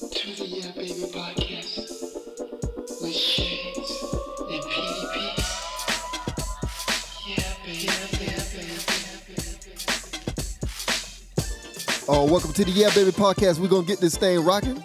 Your Baby podcast with Shades and PDP. Yeah, baby. Yeah, baby. Uh, welcome to the Yeah Baby podcast. We're gonna get this thing rocking.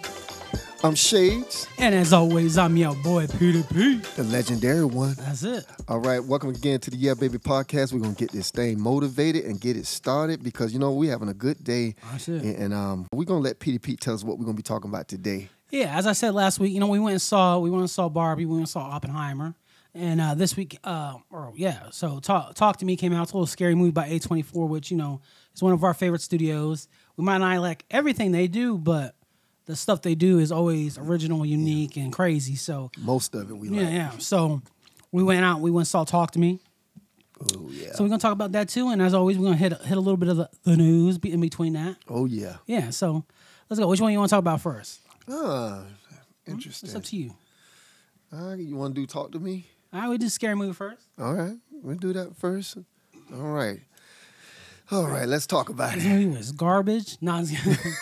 I'm Shades, And as always, I'm your boy Peter P. the legendary one. That's it. All right, welcome again to the Yeah Baby podcast. We're gonna get this thing motivated and get it started because you know we're having a good day. That's it. And, and, um, we're gonna let Petey Pete tell us what we're gonna be talking about today. Yeah, as I said last week, you know, we went and saw we went and saw Barbie, we went and saw Oppenheimer, and uh, this week, uh, or yeah, so talk talk to me came out. It's a little scary movie by A24, which you know is one of our favorite studios. We might not like everything they do, but the stuff they do is always original, unique, and crazy. So Most of it we yeah, like. yeah. So we went out, we went and saw Talk to Me. Oh yeah. So we're gonna talk about that too, and as always, we're gonna hit hit a little bit of the, the news be- in between that. oh yeah. Yeah, so let's go. Which one you want to talk about first? Ah, It's interesting. up to you. Uh, you wanna do talk to me? All right, we do scary movie first. All right, we'll do that first. All right. All right, let's talk about This it. movie was garbage. No, I'm just kidding.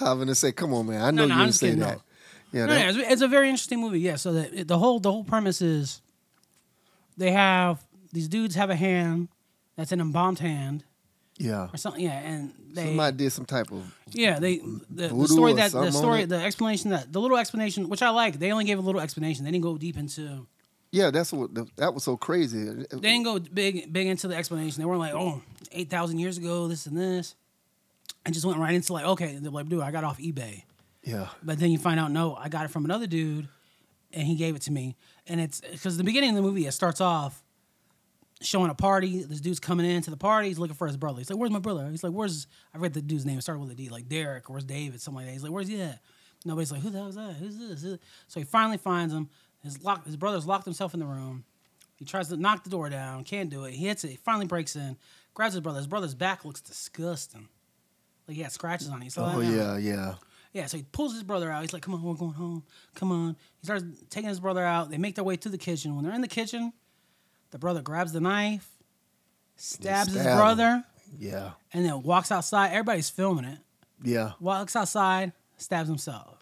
I'm gonna say, come on, man. I know No, no, you I'm didn't just say kidding, no. that. Yeah, no, that- no, it's, it's a very interesting movie. Yeah, so the, the whole the whole premise is they have these dudes have a hand that's an embalmed hand yeah. or something. Yeah, and they Somebody did some type of yeah they the, Voodoo the story or that something the on story it? the explanation that the little explanation which I like they only gave a little explanation they didn't go deep into yeah. That's what the, that was so crazy. they didn't go big big into the explanation. They weren't like, oh, 8,000 years ago, this and this. I just went right into like, okay, they're like, dude, I got off eBay. Yeah, But then you find out, no, I got it from another dude, and he gave it to me. And it's because the beginning of the movie, it starts off showing a party. This dude's coming in to the party. He's looking for his brother. He's like, "Where's my brother?" He's like, "Where's?" I read the dude's name. It started with a D, like Derek. Where's David? Something like that. He's like, "Where's he at?" Nobody's like, "Who the hell is that? Who's this?" Who- So he finally finds him. His lock, his brother's locked himself in the room. He tries to knock the door down. Can't do it. He hits it. He finally breaks in. Grabs his brother. His brother's back looks disgusting. Like he had scratches on it. He's like, oh "Man, yeah, yeah, yeah, so he pulls his brother out. He's like, "Come on, we're going home. Come on." He starts taking his brother out. They make their way to the kitchen. When they're in the kitchen, the brother grabs the knife, stabs his stab him. brother, yeah, and then walks outside. Everybody's filming it. yeah, Walks outside, stabs himself.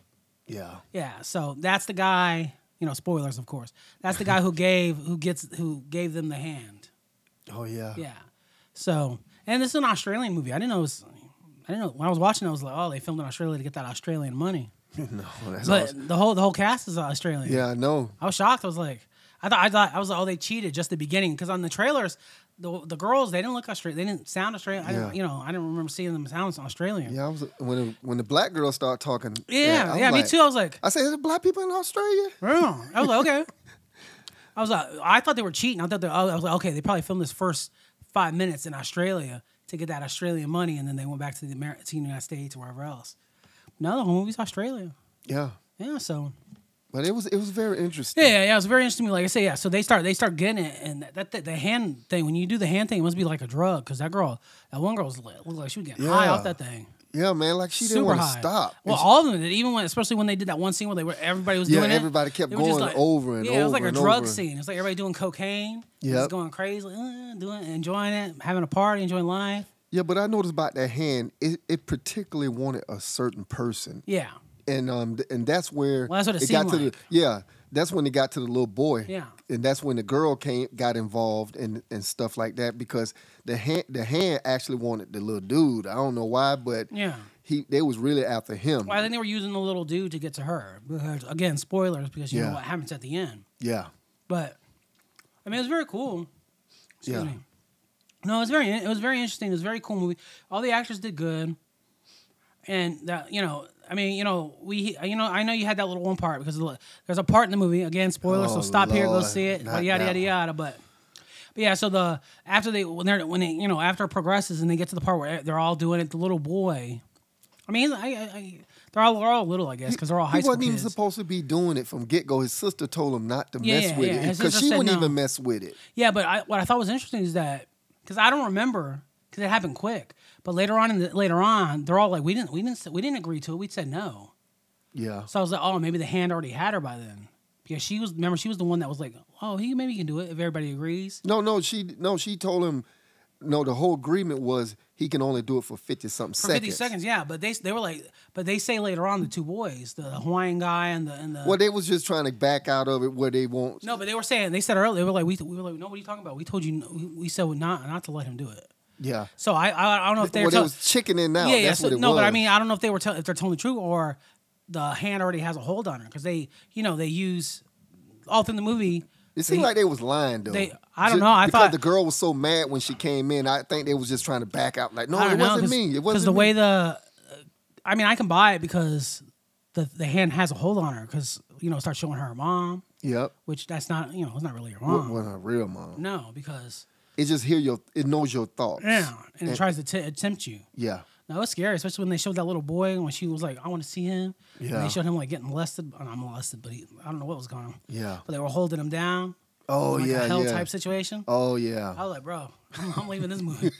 yeah. Yeah, so that's the guy. You know, spoilers, of course. That's the guy who gave who gets who gave them the hand. Oh yeah, Yeah. So, and this is an Australian movie. I didn't know. It was, I didn't know when I was watching. it, I was like, "Oh, they filmed in Australia to get that Australian money." no, that's But awesome. the whole the whole cast is Australian. yeah, I know. I was shocked. I was like, I thought I thought I was like, oh, they cheated just the beginning because on the trailers, the the girls they didn't look Australian, they didn't sound Australian. I Yeah. didn't, you know, I didn't remember seeing them sound Australian. Yeah, I was when when the black girl started talking. yeah, I'm yeah, like- me too. I was like, I said, "There's black people in Australia." oh. I was like, okay. I was like, I thought they were cheating. I thought they, I was like, okay, they probably filmed this first five minutes in Australia to get that Australian money, and then they went back to the Amer- to the United States or wherever else. No, the whole movie's Australia. Yeah, Yeah, so but it was it was very interesting. Yeah, yeah, yeah, it was very interesting. to me. Like I say, yeah. So they start, they start getting it, and that, that the hand thing. When you do the hand thing, it must be like a drug because that girl, that one girl was li- looked like she was getting high Yeah. off that thing. Yeah, man, like she didn't Super want high. to stop. Well, And all of them did. Even when, especially when they did that one scene where they were everybody was Yeah, doing it. everybody kept they were just going over and Yeah, it was like over a and drug over. scene. It's like everybody doing cocaine. Yeah, Yep. just going crazy, like, uh, doing, enjoying it, having a party, enjoying life. she- yeah, but I noticed about that hand, it, it particularly wanted a certain person. Yeah, and um th- and that's where Well, that's what it got seemed to the like. yeah that's when it got to the little boy Yeah. and that's when the girl came got involved and and stuff like that because the hand the hand actually wanted the little dude I don't know why but yeah. he they was really after him Well, I think they were using the little dude to get to her. Because, again, spoilers because you Yeah. know what happens at the end. yeah But I mean, it was very cool. Excuse Yeah. me. No, it was very it was very interesting. It was a very cool movie. All the actors did good, and that you know, I mean, you know, we you know, I know you had that little one part because the- there's a part in the movie again, spoiler. Oh, so stop here, go Lord, see it. not But yada that yada one. yada. But but yeah, so the after they when they're when they you know after it progresses and they get to the part where they're all doing it, the little boy. I mean, I, I, I they're all they're all little, I guess, because they're all high he school wasn't even kids. supposed to be doing it from get go his sister told him not to Yeah, mess yeah, with yeah. it His because sister she said wouldn't no. even mess with it Yeah, but I, what I thought was interesting is that because I don't remember because it happened quick. But later on, in the, later on, they're all like, "We didn't, we didn't, we didn't agree to it. We said no." yeah So I was like, "Oh, maybe the hand already had her by then." Because she was, remember, she was the one that was like, "Oh, he maybe he can do it if everybody agrees." no no she no she told him No, the whole agreement was he can only do it for fifty something For seconds. 50 seconds, yeah. But they they were like, but they say later on the two boys, the Hawaiian guy and the and the. Well, they was just trying to back out of it where they won't. no, but they were saying they said earlier they were like we, we were like no, what are you talking about? We told you we, we said not not to let him do it. Yeah. So I I, I don't know if they well, were they tell- was chickening out. Yeah, yeah. Oh, That's So, what it no, was. but I mean I don't know if they were tell, if they're telling the truth or the hand already has a hold on her because they you know they use all through the movie. it seemed they- like they was lying though. they- I don't Ju- know, I because thought- the girl was so mad when she came in. I think they was just trying to back out. Like, no, I it don't know, wasn't 'cause- me. It wasn't the me. way the. uh, I mean, I can buy it because the the hand has a hold on her because you know it starts showing her her mom, Yep. which that's not you know it's not really her Well, mom. well, not real mom. No, because It just hear your. It knows your thoughts. yeah, and it tries to t- tempt you. Yeah. No, it's scary, especially when they showed that little boy when she was like, "I want to see him." And Yeah. they showed him like getting molested. oh, Not molested, but he, I don't know what was going on. Yeah. But they were holding him down. Oh like yeah. a hell yeah. type situation. Oh yeah. I was like, "Bro, I'm, I'm leaving this movie."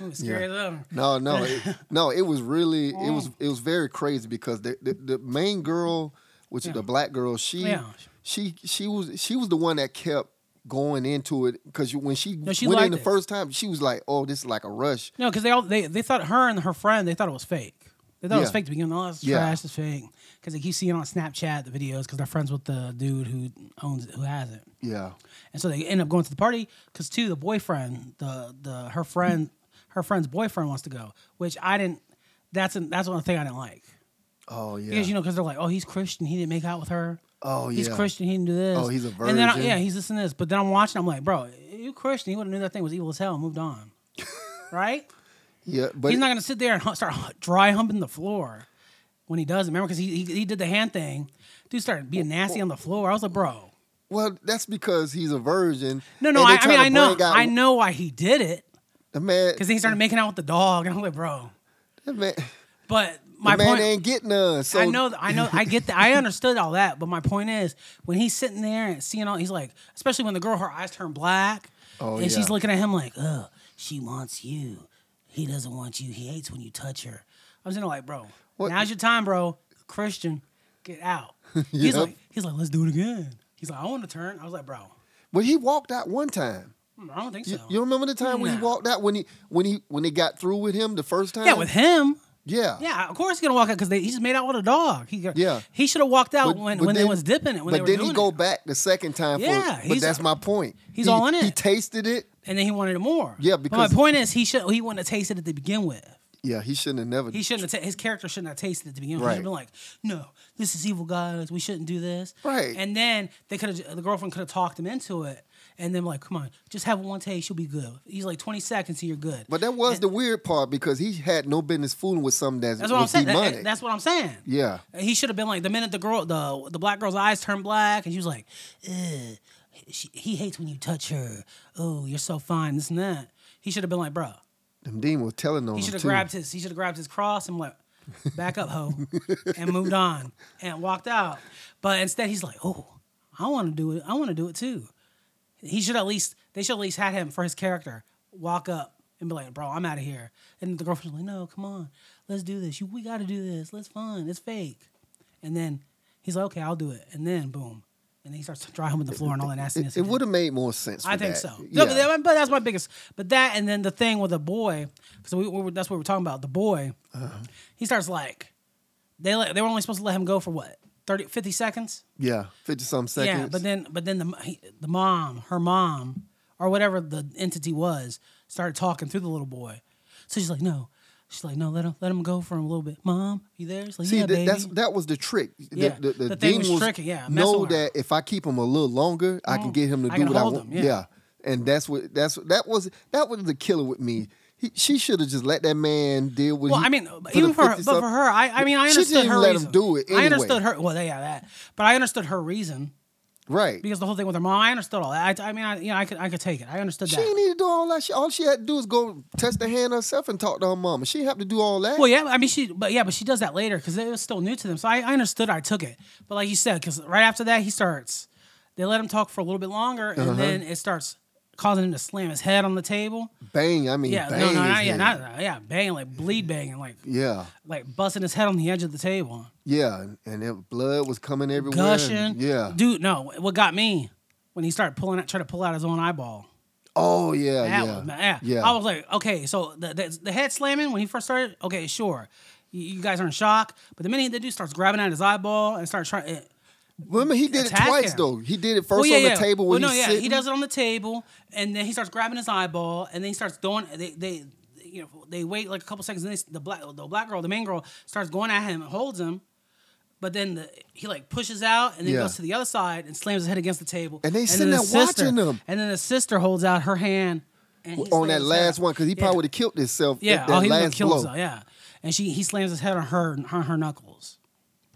It was scary Yeah. as hell. No, no, it, no. It was really, it was, Oh. it was very crazy because the the, the main girl, which is the black girl, she, Yeah. she, she was, she was the one that kept going into it because when she, she went in liked the it. first time, she was like, "Oh, this is like a rush." No, because they all they, they thought her and her friend they thought it was fake. They thought it was Yeah. fake to begin with. Oh, it's Yeah. trash. It's fake. Because they keep seeing on Snapchat the videos because they're friends with the dude who owns it, who has it. Yeah, And so they end up going to the party because too the boyfriend, the the her friend, her friend's boyfriend wants to go, which I didn't. That's an, that's one thing I didn't like oh yeah, because you know because they're like, oh, he's Christian, he didn't make out with her. oh yeah, He's Christian, he didn't do this. Oh, he's a And then I, virgin. yeah, he's this and this. But then I'm watching, I'm like, bro, you Christian, he would have knew that thing was evil as hell and moved on, right? yeah, but he's not gonna sit there and hu- start hu- dry humping the floor when he does. it. Remember, because he, he he did the hand thing. Dude started being nasty on the floor. I was like, bro. well, that's because he's a virgin. No, no. and they I, I mean, tryna I know, bring out- I know why he did it. the man, Because then he started making out with the dog, and I'm like, bro. the man, But the my man point, ain't getting none. So I know, th- I know, I get that, I understood all that. But my point is, when he's sitting there and seeing all, he's like, especially when the girl, her eyes turn black, Oh, and yeah. she's looking at him like, ugh, she wants you. He doesn't want you. He hates when you touch her. I was in there like, bro, What- now's your time, bro. Christian, get out. Yep. He's like, he's like, let's do it again. He's like, I want to turn. I was like, bro, but he walked out one time. hmm, I don't think so. You, you remember the time when he Nah. walked out when he when he when they got through with him the first time? yeah, with him. Yeah. Yeah, of course he's gonna walk out because he just made out with a dog. He got- Yeah. he should have walked out But- when, but when then- they was dipping it. When they but were then doing he go it. back the second time. Yeah, for, but he's- that's my point. he's He- all in He it. tasted it. and then he wanted it more. Yeah, But because- my point is he should he wouldn't have tasted it to begin with. Yeah, he shouldn't have never. He shouldn't have ta- his character shouldn't have tasted it to begin with. He should have Right. been like, no, this is evil, guys. We shouldn't do this. Right. And then they could have the girlfriend could have talked him into it. And then like, come on, just have one taste, you'll be good. He's like twenty seconds, and you're good. but that was the weird part because he had no business fooling with something that's, that's what I'm was saying. That- demonic. that's what I'm saying. yeah, He should have been like the minute the girl, the the black girl's eyes turned black, and she was like, Ugh, she, "He hates when you touch her. Oh, you're so fine, this and that." He should have been like, "Bruh." them demon was telling on He him should have too. grabbed his. He should have grabbed his cross and went back up, hoe, and moved on and walked out. But instead, he's like, "Oh, I want to do it. I want to do it too." He should at least. They should at least had him for his character walk up and be like, "Bro, I'm out of here." And the girlfriend's like, "No, come on, let's do this. You, we got to do this. Let's fun. It's fake." And then he's like, "Okay, I'll do it." And then boom, and then he starts dry humping the floor and all that nastiness. It, it again. would have made more sense. For I think that. so. Yeah. No, but, that- but that's my biggest. But that and then the thing with the boy, because we, we were- that's what we're talking about. The boy, Uh-huh. he starts like they let, they were only supposed to let him go for what 30, 50 seconds. yeah, fifty some seconds. Yeah, but then but then the he, the mom, her mom, or whatever the entity was, started talking through the little boy. So she's like, no, she's like, no, let him let him go for a little bit. Mom, you there? She's like, See, yeah, that, baby. that's that was the trick. The- Yeah, The, the, the thing was demons tricky, yeah, messing know with her. that if I keep him a little longer, I can get him to I do can what I hold want. him, yeah. and that's what that's that was that was the killer with me. He, she should have just let that man deal with. Well, he- I mean, the even for her, 50 but for something- her, I, I mean, I She understood didn't her let him reason. do it I anyway. understood her. Well, yeah, that. But I understood her reason. right? because the whole thing with her mom, I understood all that. I, I mean, I, you know, I could, I could take it. I understood She that. didn't need to do all that. She, all she had to do is go test the hand herself and talk to her mama. She didn't have to do all that. well, yeah, I mean, she, but yeah, but she does that later because it was still new to them. So I, I understood. I took it. But like you said, because right after that, he starts. They let him talk for a little bit longer, and Uh-huh. then it starts causing him to slam his head on the table. bang! I mean, Yeah, bang no, no, his not, yeah, head. not, yeah, bang, like bleed banging, like, yeah, like busting his head on the edge of the table. yeah, and- and it, blood was coming everywhere. and- gushing. Yeah. dude. No, what got me when he started pulling out, trying to pull out his own eyeball. Oh yeah, That yeah, one, man, yeah. yeah. I was like, okay, so the, the, the head slamming when he first started, okay, sure. You, you guys are in shock. But the minute the dude starts grabbing at his eyeball and starts trying. Remember, he did it attack twice him. though. He did it first well, yeah, on the yeah. table when well, no, he's yeah, sitting. he does it on the table, and then he starts grabbing his eyeball, and then he starts doing. They, they you know, they wait like a couple seconds, and then the black, the black girl, the main girl, starts going at him and holds him, but then the, he like pushes out and then Yeah. goes to the other side and slams his head against the table. And they then sitting the there watching sister- him. And then the sister holds out her hand and he on slams that his last head. one because he Yeah. probably would have killed himself. at yeah, that oh, he last killed blow. himself, yeah, and she he slams his head on her on her knuckles.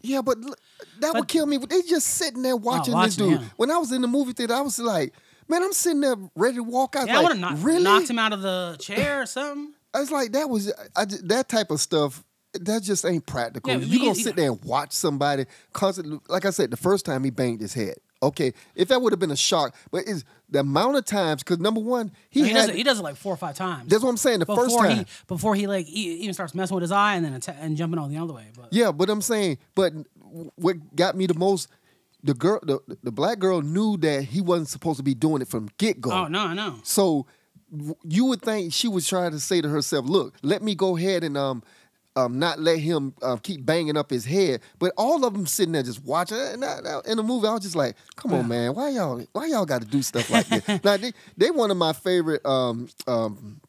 Yeah, but l- that would But- kill me. They just sitting there watching, this watching dude. him. When I was in the movie theater, I was like, man, I'm sitting there ready to walk out. Yeah, I like, would have knocked, really? knocked him out of the chair or something. I was like, that was I, ju- that type of stuff. That just ain't practical. Yeah, you but gonna you- sit there and watch somebody constantly? Like I said, the first time he banged his head. Okay, if that would have been a shock, but it's the amount of times because number one, he, He, had. does it, he does it like four or five times. that's what I'm saying. The before first time, he before he like e- even starts messing with his eye and then atta- and jumping on the other way. But Yeah, but I'm saying, but what got me the most, the girl, the, the black girl knew that he wasn't supposed to be doing it from get go. oh no, I know. So w- you would think she was trying to say to herself, "Look, let me go ahead and um." Um, not let him uh, keep banging up his head, but all of them sitting there just watching. uh, And I, I- in the movie, I was just like, "Come on, man, why y'all, why y'all got to do stuff like this?" now they, they one of my favorite um, um,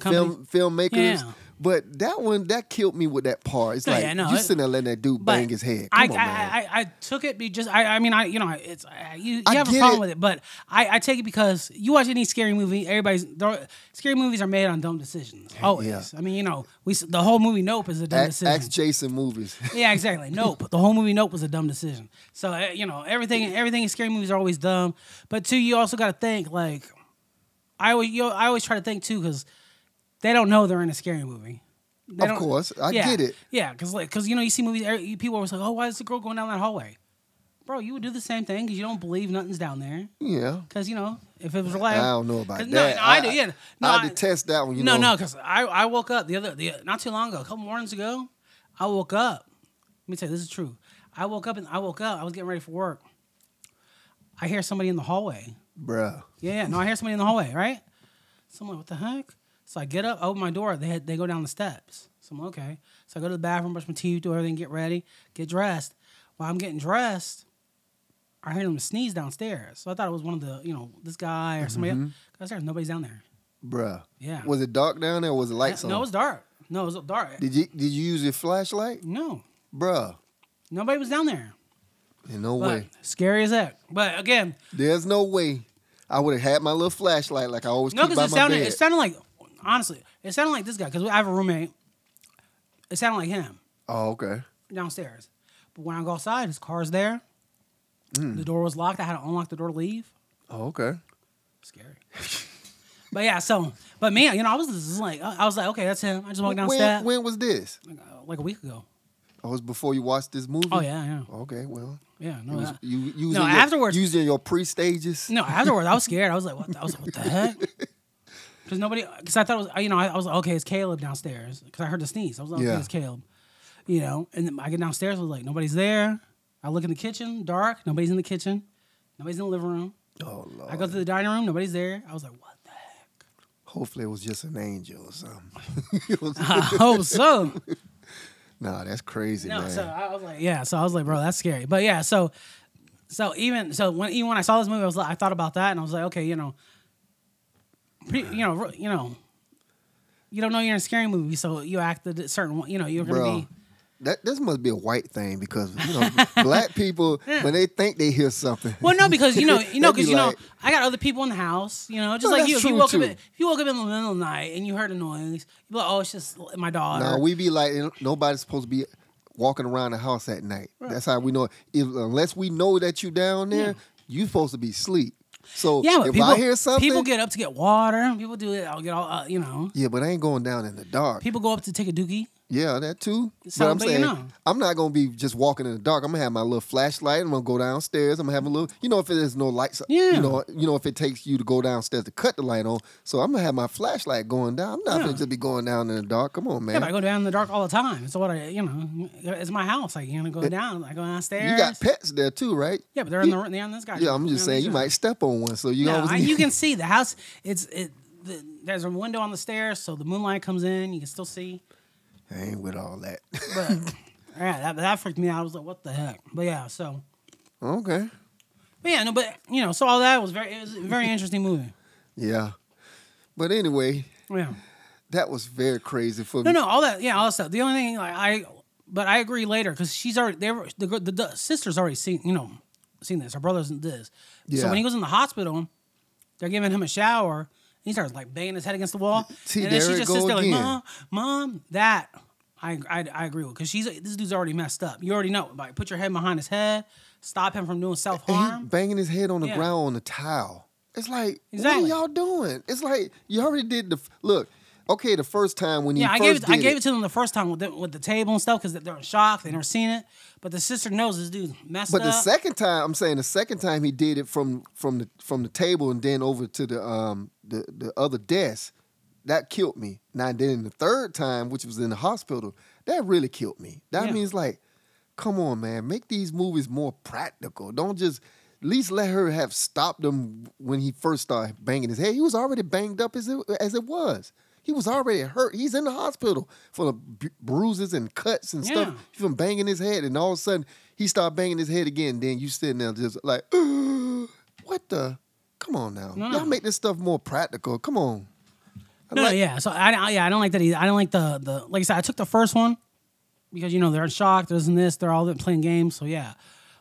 film Company- filmmakers, Yeah. but that one that killed me with that part. It's No, like yeah, no, you it- sitting there letting that dude But bang his head. Come I, on, I, man. I, I took it be just I, I mean I you know it's I, you, you I have a get problem it. with it, but I, I take it because you watch any scary movie, everybody's they're- scary movies are made on dumb decisions. Always. I mean you know we s- the whole movie Nope is a dumb Ask, decision. ask Jason movies. Yeah, exactly. Nope. The whole movie Nope was a dumb decision. So eh, you know everything. Everything in scary movies are always dumb. But two, you also got to think like I always you know, I always try to think too because they don't know they're in a scary movie. They Of don't- course. I yeah, get it. Yeah, because like because you know you see movies. every- People are always like, oh, why is the girl going down that hallway? Bro, you would do the same thing because you don't believe nothing's down there. yeah, Because you know if it was alive, I don't know about 'cause- that. No, no, I, I- do. Yeah, no, I detest that one, you no, know. no, because I, I woke up the other the, not too long ago, a couple mornings ago. I woke up. Let me tell you, this is true. I woke up and I woke up. I was getting ready for work. I hear somebody in the hallway. bruh. Yeah, yeah. No, I hear somebody in the hallway, right? So I'm like, what the heck? So I get up, I open my door, they had, they go down the steps. So I'm like, okay. So I go to the bathroom, brush my teeth, do everything, get ready, get dressed. While I'm getting dressed, I hear them sneeze downstairs. So I thought it was one of the, you know, this guy or somebody Mm-hmm. else. Downstairs, nobody's down there. Bruh. Yeah. Was it dark down there or was it lights on? No, it was dark. No, it was dark. Did you did you use your flashlight? No, Bruh. nobody was down there. There's no But way. scary as heck. But again, There's no way. I would have had my little flashlight like I always no, keep because by it my sounded bed. it sounded like honestly, it sounded like this guy because I have a roommate. It sounded like him oh, okay. downstairs. But when I go outside, his car's there. Mm. The door was locked. I had to unlock the door to leave. Oh, okay. Scary. but yeah, so but man, you know, I was just like, I was like, okay, that's him. I just walked down the When, steps when was this? uh, like a week ago. Oh, it was before you watched this movie? Oh yeah, yeah, Okay, well. yeah. No, You was, I- you using no. your, Afterwards, using your pre-stages. No, afterwards I was scared. I was like, what? The, I was like, what the heck? Because nobody, because I thought it was, you know, I, I was like, okay, it's Caleb downstairs. Because I heard the sneeze. I was like, okay, Yeah. it's Caleb. You know, and then I get downstairs. I was like, nobody's there. I look in the kitchen, dark. Nobody's in the kitchen. Nobody's in the living room. Oh lord. I go to the dining room. Nobody's there. I was like, what the heck? Hopefully it was just an angel or something. I hope so. nah, that's crazy, No, man. so I was like, yeah. So I was like, bro, that's scary. But yeah, so so even so when even when I saw this movie, I was like, I thought about that, and I was like, okay, you know, pre, you know, re- you know, you don't know you're in a scary movie, so you acted a certain, wa- you know, you're gonna Bro. be. That this must be a white thing because you know black people when they think they hear something. Well, no, because you know, you know, They be because you know, like- I got other people in the house, you know, just No, like you. that's If you true, woke too. up, in, if you woke up in the middle of the night and you heard a noise, you'd be like, oh, it's just my daughter. No, we be like nobody's supposed to be walking around the house at night. That's how we know. If, unless we know that you down there, you supposed to be asleep. So yeah, but if people, I hear something, people get up to get water. People do it. I'll get all, uh, you know. yeah, but I ain't going down in the dark. People go up to take a dookie. Yeah, that too. But I'm sound big saying enough. I'm not gonna be just walking in the dark. I'm gonna have my little flashlight. I'm gonna go downstairs. I'm gonna have a little, you know, if there's no lights, Yeah. you know, you know, if it takes you to go downstairs to cut the light on. So I'm gonna have my flashlight going down. I'm not Yeah. gonna just be going down in the dark. Come on, Yeah, man. but I go down in the dark all the time. So what I, you know, it's my house. Like, you know, go down, I go downstairs. you got pets there too, right? yeah, but they're in the they're on this guy. Yeah, I'm just saying you might step on one, so you No, always I, need- you can see the house. It's it. The, there's a window on the stairs, so the moonlight comes in. You can still see. I ain't with all that. But yeah, that, that freaked me out. I was like, what the heck? But yeah, so okay. but yeah, no, but you know, so all that was very it was a very interesting movie. Yeah. But anyway, Yeah. that was very crazy for No, me. no, all that. Yeah, all that stuff. The only thing, like I, but I agree later because she's already they were the, the, the sister's already seen you know seen this. Her brother's in this. So Yeah. when he goes in the hospital, they're giving him a shower. And he starts like banging his head against the wall, See, and then there she it just go sits there like, again. "Mom, mom, that." I, I, I agree with because she's this dude's already messed up. You already know. Like put your head behind his head, stop him from doing self And he harm. banging his head on the Yeah. ground on the towel. It's like, what Exactly. are y'all doing? It's like you already did the f- look. Okay, the first time when he Yeah, I first gave it, did I gave it to them the first time with the, with the table and stuff because they're in shock. They never seen it, but the sister knows this dude's messed but up. the second time, I'm saying the second time he did it from from the from the table and then over to the um the, the other desk, that killed me. Now then the third time, which was in the hospital, that really killed me. That Yeah. means like, come on, man, make these movies more practical. Don't just at least let her have stopped him when he first started banging his head. He was already banged up as it, as it was. He was already hurt. He's in the hospital for the bu- bruises and cuts and Yeah. stuff from banging his head, and all of a sudden he started banging his head again. Then you sitting there just like, what the? Come on now, No, no. y'all make this stuff more practical. Come on. I No, like- no, yeah. So I, I, yeah, I don't like that. Either. I don't like the, the like I said, I took the first one because you know they're in shock. There's and this. They're all playing games. So yeah,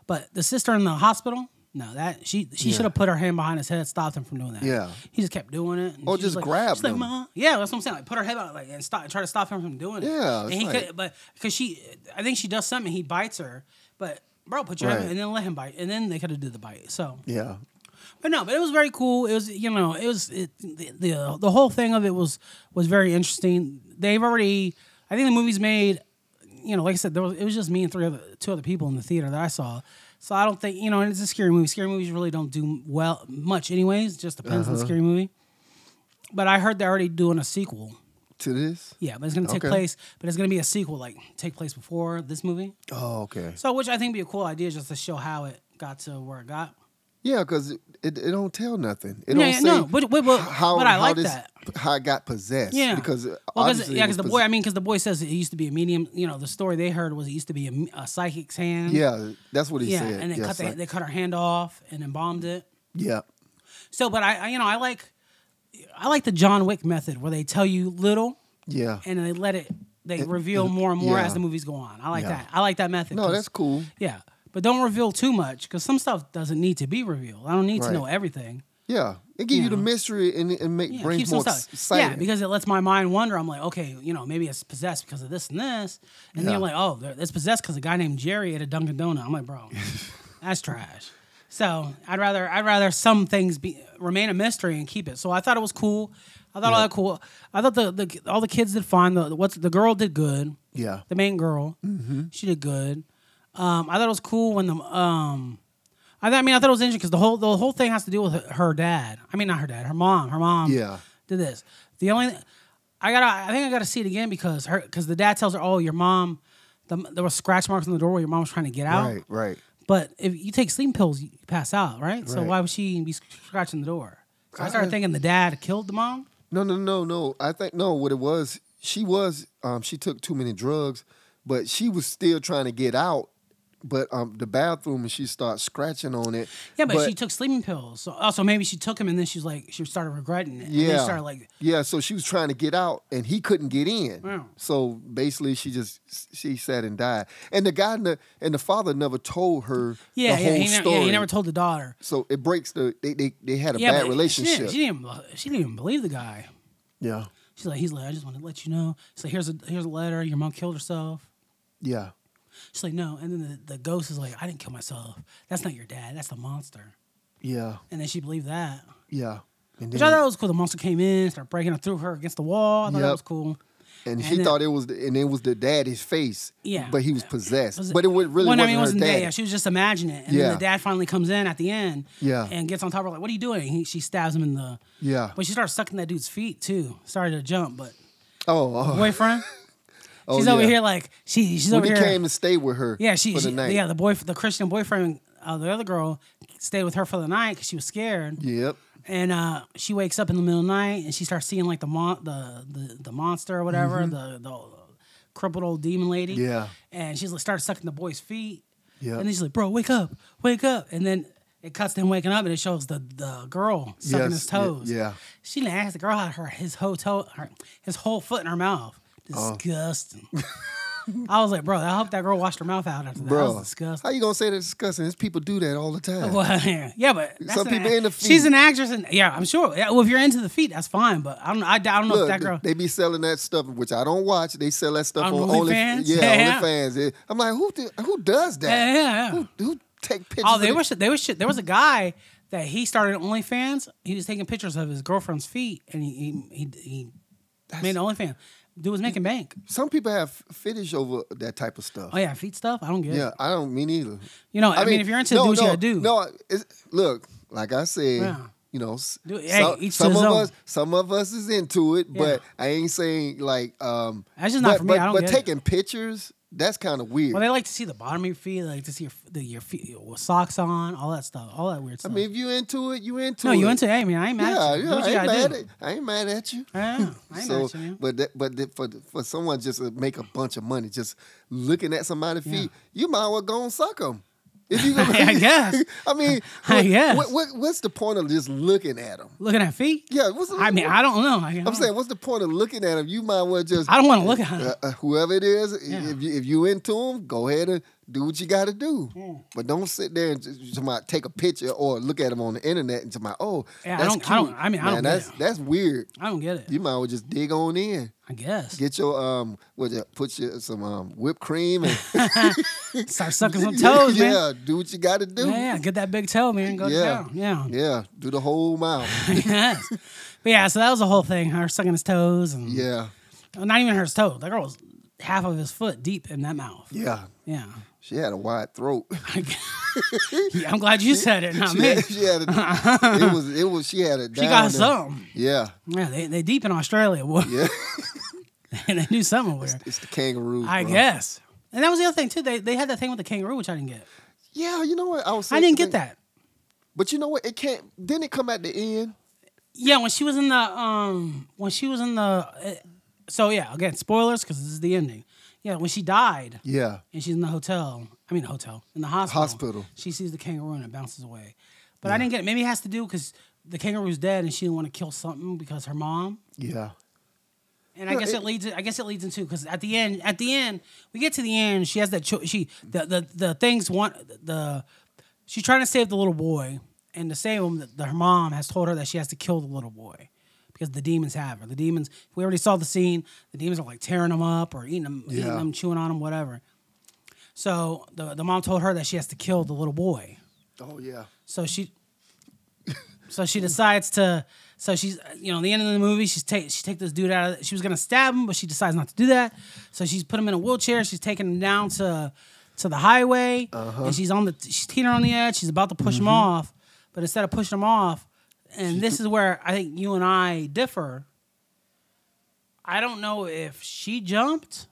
but the sister in the hospital. No, that she she Yeah. should have put her hand behind his head, stopped him from doing that. Yeah. he just kept doing it. and Or she was just like, grabbed she's like, him. "Ma." Yeah, that's what I'm saying. Like, put her head out, like, and stop, try to stop him from doing it. Yeah, and it's he like- could, but because she, I think she does something. He bites her, but bro, put your head, Right. and then let him bite, and then they could have did the bite. So Yeah. but no, but it was very cool. It was you know it was it, the, the the whole thing of it was was very interesting. They've already I think the movie's made. You know, like I said, there was, it was just me and three other two other people in the theater that I saw. So I don't think you know, and it's a scary movie. Scary movies really don't do well much, anyways. Just depends on the scary movie. But I heard they're already doing a sequel. To this. Yeah, but it's gonna take Okay. place. But it's gonna be a sequel, like take place before this movie. Oh, okay. So, which I think would be a cool idea, just to show how it got to where it got. Yeah, because it, it, it don't tell nothing. It Yeah, don't yeah, say no, but- but- but- how, but I how like this, that. How it got possessed. Yeah, Because Well, obviously yeah, it was because the possessed. boy. I mean, because the boy says it used to be a medium. You know, the story they heard was it used to be a, me- a psychic's hand. Yeah, that's what he yeah, said. and they yeah, cut the, psych- they cut her hand off and embalmed it. yeah, So, but I, I, you know, I like, I like the John Wick method where they tell you little yeah. and they let it, they reveal more and more yeah. as the movies go on. I like Yeah. that. I like that method. no, 'cause- that's cool. Yeah, but don't reveal too much because some stuff doesn't need to be revealed. I don't need to Right. know everything. Yeah, it gives you the Yeah. mystery and and make Yeah, brings keep some more stuff. exciting. Yeah, because it lets my mind wander. I'm like, okay, you know, maybe it's possessed because of this and this, and then Yeah. you're like, oh, they're- it's possessed because a guy named Jerry at a Dunkin' Donut. I'm like, bro, that's trash. So I'd rather I'd rather some things be remain a mystery and keep it. So I thought it was cool. I thought all that cool. I thought the, the all the kids did fine. The what's the girl did good. Yeah. Mm-hmm. the main girl, she did good. Um, I thought it was cool when the um, I, thought, I mean I thought it was interesting because the whole the whole thing has to do with her, her dad. I mean not her dad, her mom. Her mom. Yeah. Did this. The only I gotta I think I gotta see it again because her because the dad tells her oh your mom the, there were scratch marks on the door where your mom was trying to get out. right, right. But if you take sleeping pills, you pass out, right? So Right. why would she be scratching the door? So I started Uh, thinking the dad killed the mom. No, no, no, no. I think no. What it was, she was. Um, she took too many drugs, but she was still trying to get out. But um, the bathroom, and she started scratching on it. Yeah, but, she took sleeping pills. So also maybe she took him and then she's like she started regretting it. And then she Yeah. started like yeah, so she was trying to get out and he couldn't get in. Wow. So basically she just she sat and died. And the guy and the, and the father never told her yeah, the yeah, whole he never, story. yeah, he never told the daughter. so it breaks the they they, they had a yeah, bad but relationship. She didn't, she didn't. She didn't even believe the guy. yeah. She's like, he's like, I just want to let you know. She's like, here's a here's a letter. Your mom killed herself. Yeah. She's like, no. And then the, the ghost is like, I didn't kill myself. That's not your dad. That's the monster. Yeah. And then she believed that, Yeah. And which then- I thought was cool. The monster came in, started breaking her, threw her against the wall. I thought that Yep. was cool. and, she then- thought it was, the, and it was the daddy's face. Yeah. but he was possessed. Was it- but it wa- really well, no, I wasn't mean, her it wasn't daddy. there. She was just imagining it. And Yeah. then the dad finally comes in at the end Yeah. and gets on top of her, like, what are you doing? He, she stabs him in the. Yeah. But she starts sucking that dude's feet, too. Sorry to jump, but. oh, oh, Boyfriend? oh, she's over yeah. here, like, she, she's When over he here. came and stayed with her. yeah, she, for the she- night. yeah, the boy, the Christian boyfriend, uh, the other girl, stayed with her for the night because she was scared. Yep. And uh, she wakes up in the middle of the night and she starts seeing like the mon- the, the the monster or whatever, the the crippled old demon lady. Mm-hmm. Yeah. And she starts sucking the boy's feet. Yeah. And then she's like, "Bro, wake up, wake up!" And then it cuts to him waking up and it shows the the girl sucking Yes, his y- toes. yeah. She didn't ask the girl had her his whole toe, her, his whole foot in her mouth. Oh. Disgusting. I was like, bro, I hope that girl washed her mouth out after that. Bro, that Bro, was disgusting. how you gonna say that's disgusting? These people do that all the time. Well, yeah, yeah, but that's Some an people act- into feet. She's an actress, and yeah, I'm sure. Yeah, well, if you're into the feet, that's fine. But I don't, I, I don't know Look, if that girl. they be selling that stuff, which I don't watch. They sell that stuff On on, OnlyFans? OnlyFans. Yeah, Yeah. OnlyFans. It- I'm like, who do, who does that? Yeah, yeah, yeah. Who, who take pictures? oh, of they the- were, they were, there was a guy that he started OnlyFans. He was taking pictures of his girlfriend's feet, and he he he, he made an OnlyFans. Dude was making bank. Some people have fetish over that type of stuff. Oh yeah, feet stuff. I don't get. Yeah, it. I don't mean either. You know, I, mean, if you're into, it, no, do what no, you gotta do. No, it's, look, like I said, Yeah. you know, s- Do- so- hey, each to some his of own. us, some of us is into it, Yeah. but I ain't saying like. um That's just not but, for me. But, I don't but get it. taking pictures, that's kind of weird. Well, they like to see the bottom of your feet, they like to see your the, your feet with socks on, all that stuff, all that I weird stuff. mean, if you into it, you into no, it. you into? Hey, man, I ain't mad. Yeah, at you. Do yeah, what I you ain't gotta mad do. at, I ain't mad at you. Yeah, I ain't mad at you, man. but that, but that, for for someone just to make a bunch of money just looking at somebody's Yeah. feet, you might well go and suck them. If you, I guess. I mean, I what- guess. What, what, what's the point of just looking at them? Looking at feet? Yeah, what's the, I mean, I don't know. I, I'm saying, what's the point of looking at them? You might well just. I don't want to look at Uh, it. uh, whoever it is, i- Yeah. if you if you into them, go ahead and do what you got to do. But don't sit there and just, just about take a picture or look at them on the internet and just about, oh, Yeah, I that's don't- cute. I don't- I mean, Man, I don't get that's it. that's weird. I don't get it. You might well just dig on in, I guess. get your um, what you- put your some um whipped cream and Start sucking some toes, yeah, man. do what you got to do. Yeah, yeah, get that big toe, man. Go Yeah. down. Yeah. Yeah, do the whole mouth. yes. But yeah, so that was the whole thing. Her sucking his toes and yeah, well, not even her toe. That girl was half of his foot deep in that mouth. yeah. Yeah. She had a wide throat. Yeah, I'm glad you said it, not She me. had, she had a, it was it was she had a She down got there. some. Yeah, Yeah, they they deep in Australia, boy. yeah. and they knew something over there. It's the kangaroo. I guess. And that was the other thing too. They they had that thing with the kangaroo, which I didn't get. Yeah, you know what? I was. I didn't get that. But you know what? It can't. Didn't it come at the end? Yeah, when she was in the um, when she was in the, uh, so yeah, again spoilers because this is the ending. Yeah, when she died Yeah. and she's in the hotel. I mean hotel in the hospital. Hospital. She sees the kangaroo and it bounces away. But I didn't get it. Maybe it has to do because the kangaroo's dead and she didn't want to kill something because her mom. Yeah. And I Yeah, guess it- it, leads. I guess it leads into because at the end, at the end, we get to the end. She has that. Cho- she the, the the things want the. She's trying to save the little boy, and to save him, the, her mom has told her that she has to kill the little boy because the demons have her. The demons. We already saw the scene. The demons are like tearing him up or eating him, eating Yeah. him, chewing on him, whatever. So the the mom told her that she has to kill the little boy. Oh yeah. So she, so she decides to. So she's, you know, at the end of the movie, she's take she take this dude out. of She was gonna stab him, but she decides not to do that. So she's put him in a wheelchair. She's taking him down to, to the highway, Uh-huh. and she's on the she's teetering on the edge. She's about to push him Mm-hmm. off, but instead of pushing him off, and this is where I think you and I differ. I don't know if she jumped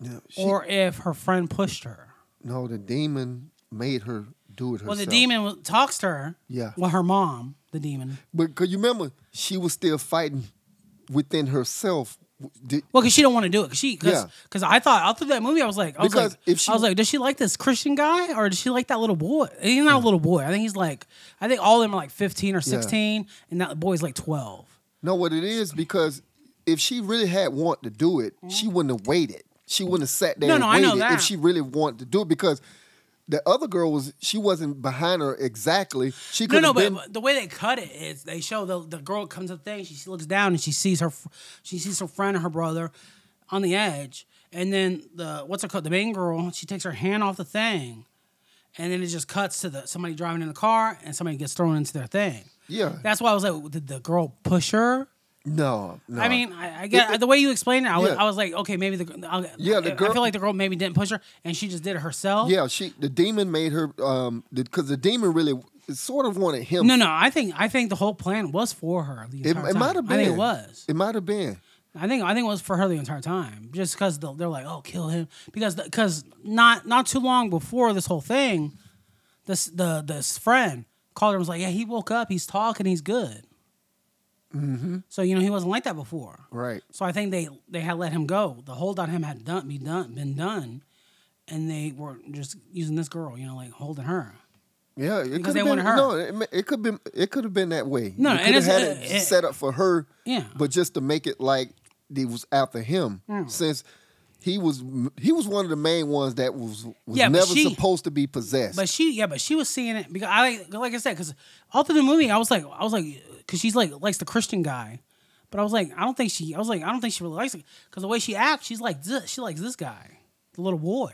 No, she- or if her friend pushed her. no, the demon made her do it herself. Well, the demon wa- talks to her. Yeah. Well, her mom, the demon. But cause you remember, she was still fighting within herself. Did, Well, because she don't want to do it. Cause she, cause, Yeah. 'cause I thought all through that movie, I was like, I was Because like, if she- I was like, does she like this Christian guy or does she like that little boy? He's not a little boy. I think he's like, I think all of them are like fifteen or sixteen, and that boy's like twelve. No, what it is because if she really had want to do it, she wouldn't have waited. She wouldn't have sat there Mm-hmm. No, and waited no, I know that. if she really wanted to do it because the other girl was she wasn't behind her exactly. She No, could no, have but been but the way they cut it is they show the the girl comes up thing. She looks down and she sees her, fr- she sees her friend or her brother, on the edge, and then the what's her called the main girl. She takes her hand off the thing, and then it just cuts to the somebody driving in the car and somebody gets thrown into their thing. yeah. That's why I was like, did the girl push her? No, no. I mean, I, I get the way you explained it. I was, Yeah. I was like, okay, maybe the I, Yeah, the I girl- feel like the girl maybe didn't push her, and she just did it herself. yeah, she the demon made her um because the demon really sort of wanted him. No, no. I think I think the whole plan was for her. The It, entire it time. might have been. I think it was. It might have been. I think I think it was for her the entire time, just because they're like, oh, kill him, because because not not too long before this whole thing, this the this friend called her and was like, yeah, he woke up, he's talking, he's good. Mm-hmm. So you know he wasn't like that before. Right. So I think they they had let him go. The hold on him had done be done been done, and they were just using this girl, you know, like holding her. Yeah, it could Because they have been. wanted her. No, it, ma- it could been. It could have been that way. No, You and could have it's- had uh, it, it- set up for her. Yeah. but just to make it like they was after him, Yeah. since he was he was one of the main ones that was was Yeah, but never she- supposed to be possessed. But she, yeah, but she was seeing it because I like, like I said, because all through the movie, I was like, I was like, because she's like likes the Christian guy, but I was like, I don't think she, I was like, I don't think she really likes it because the way she acts, she's like, this, she likes this guy, the little boy.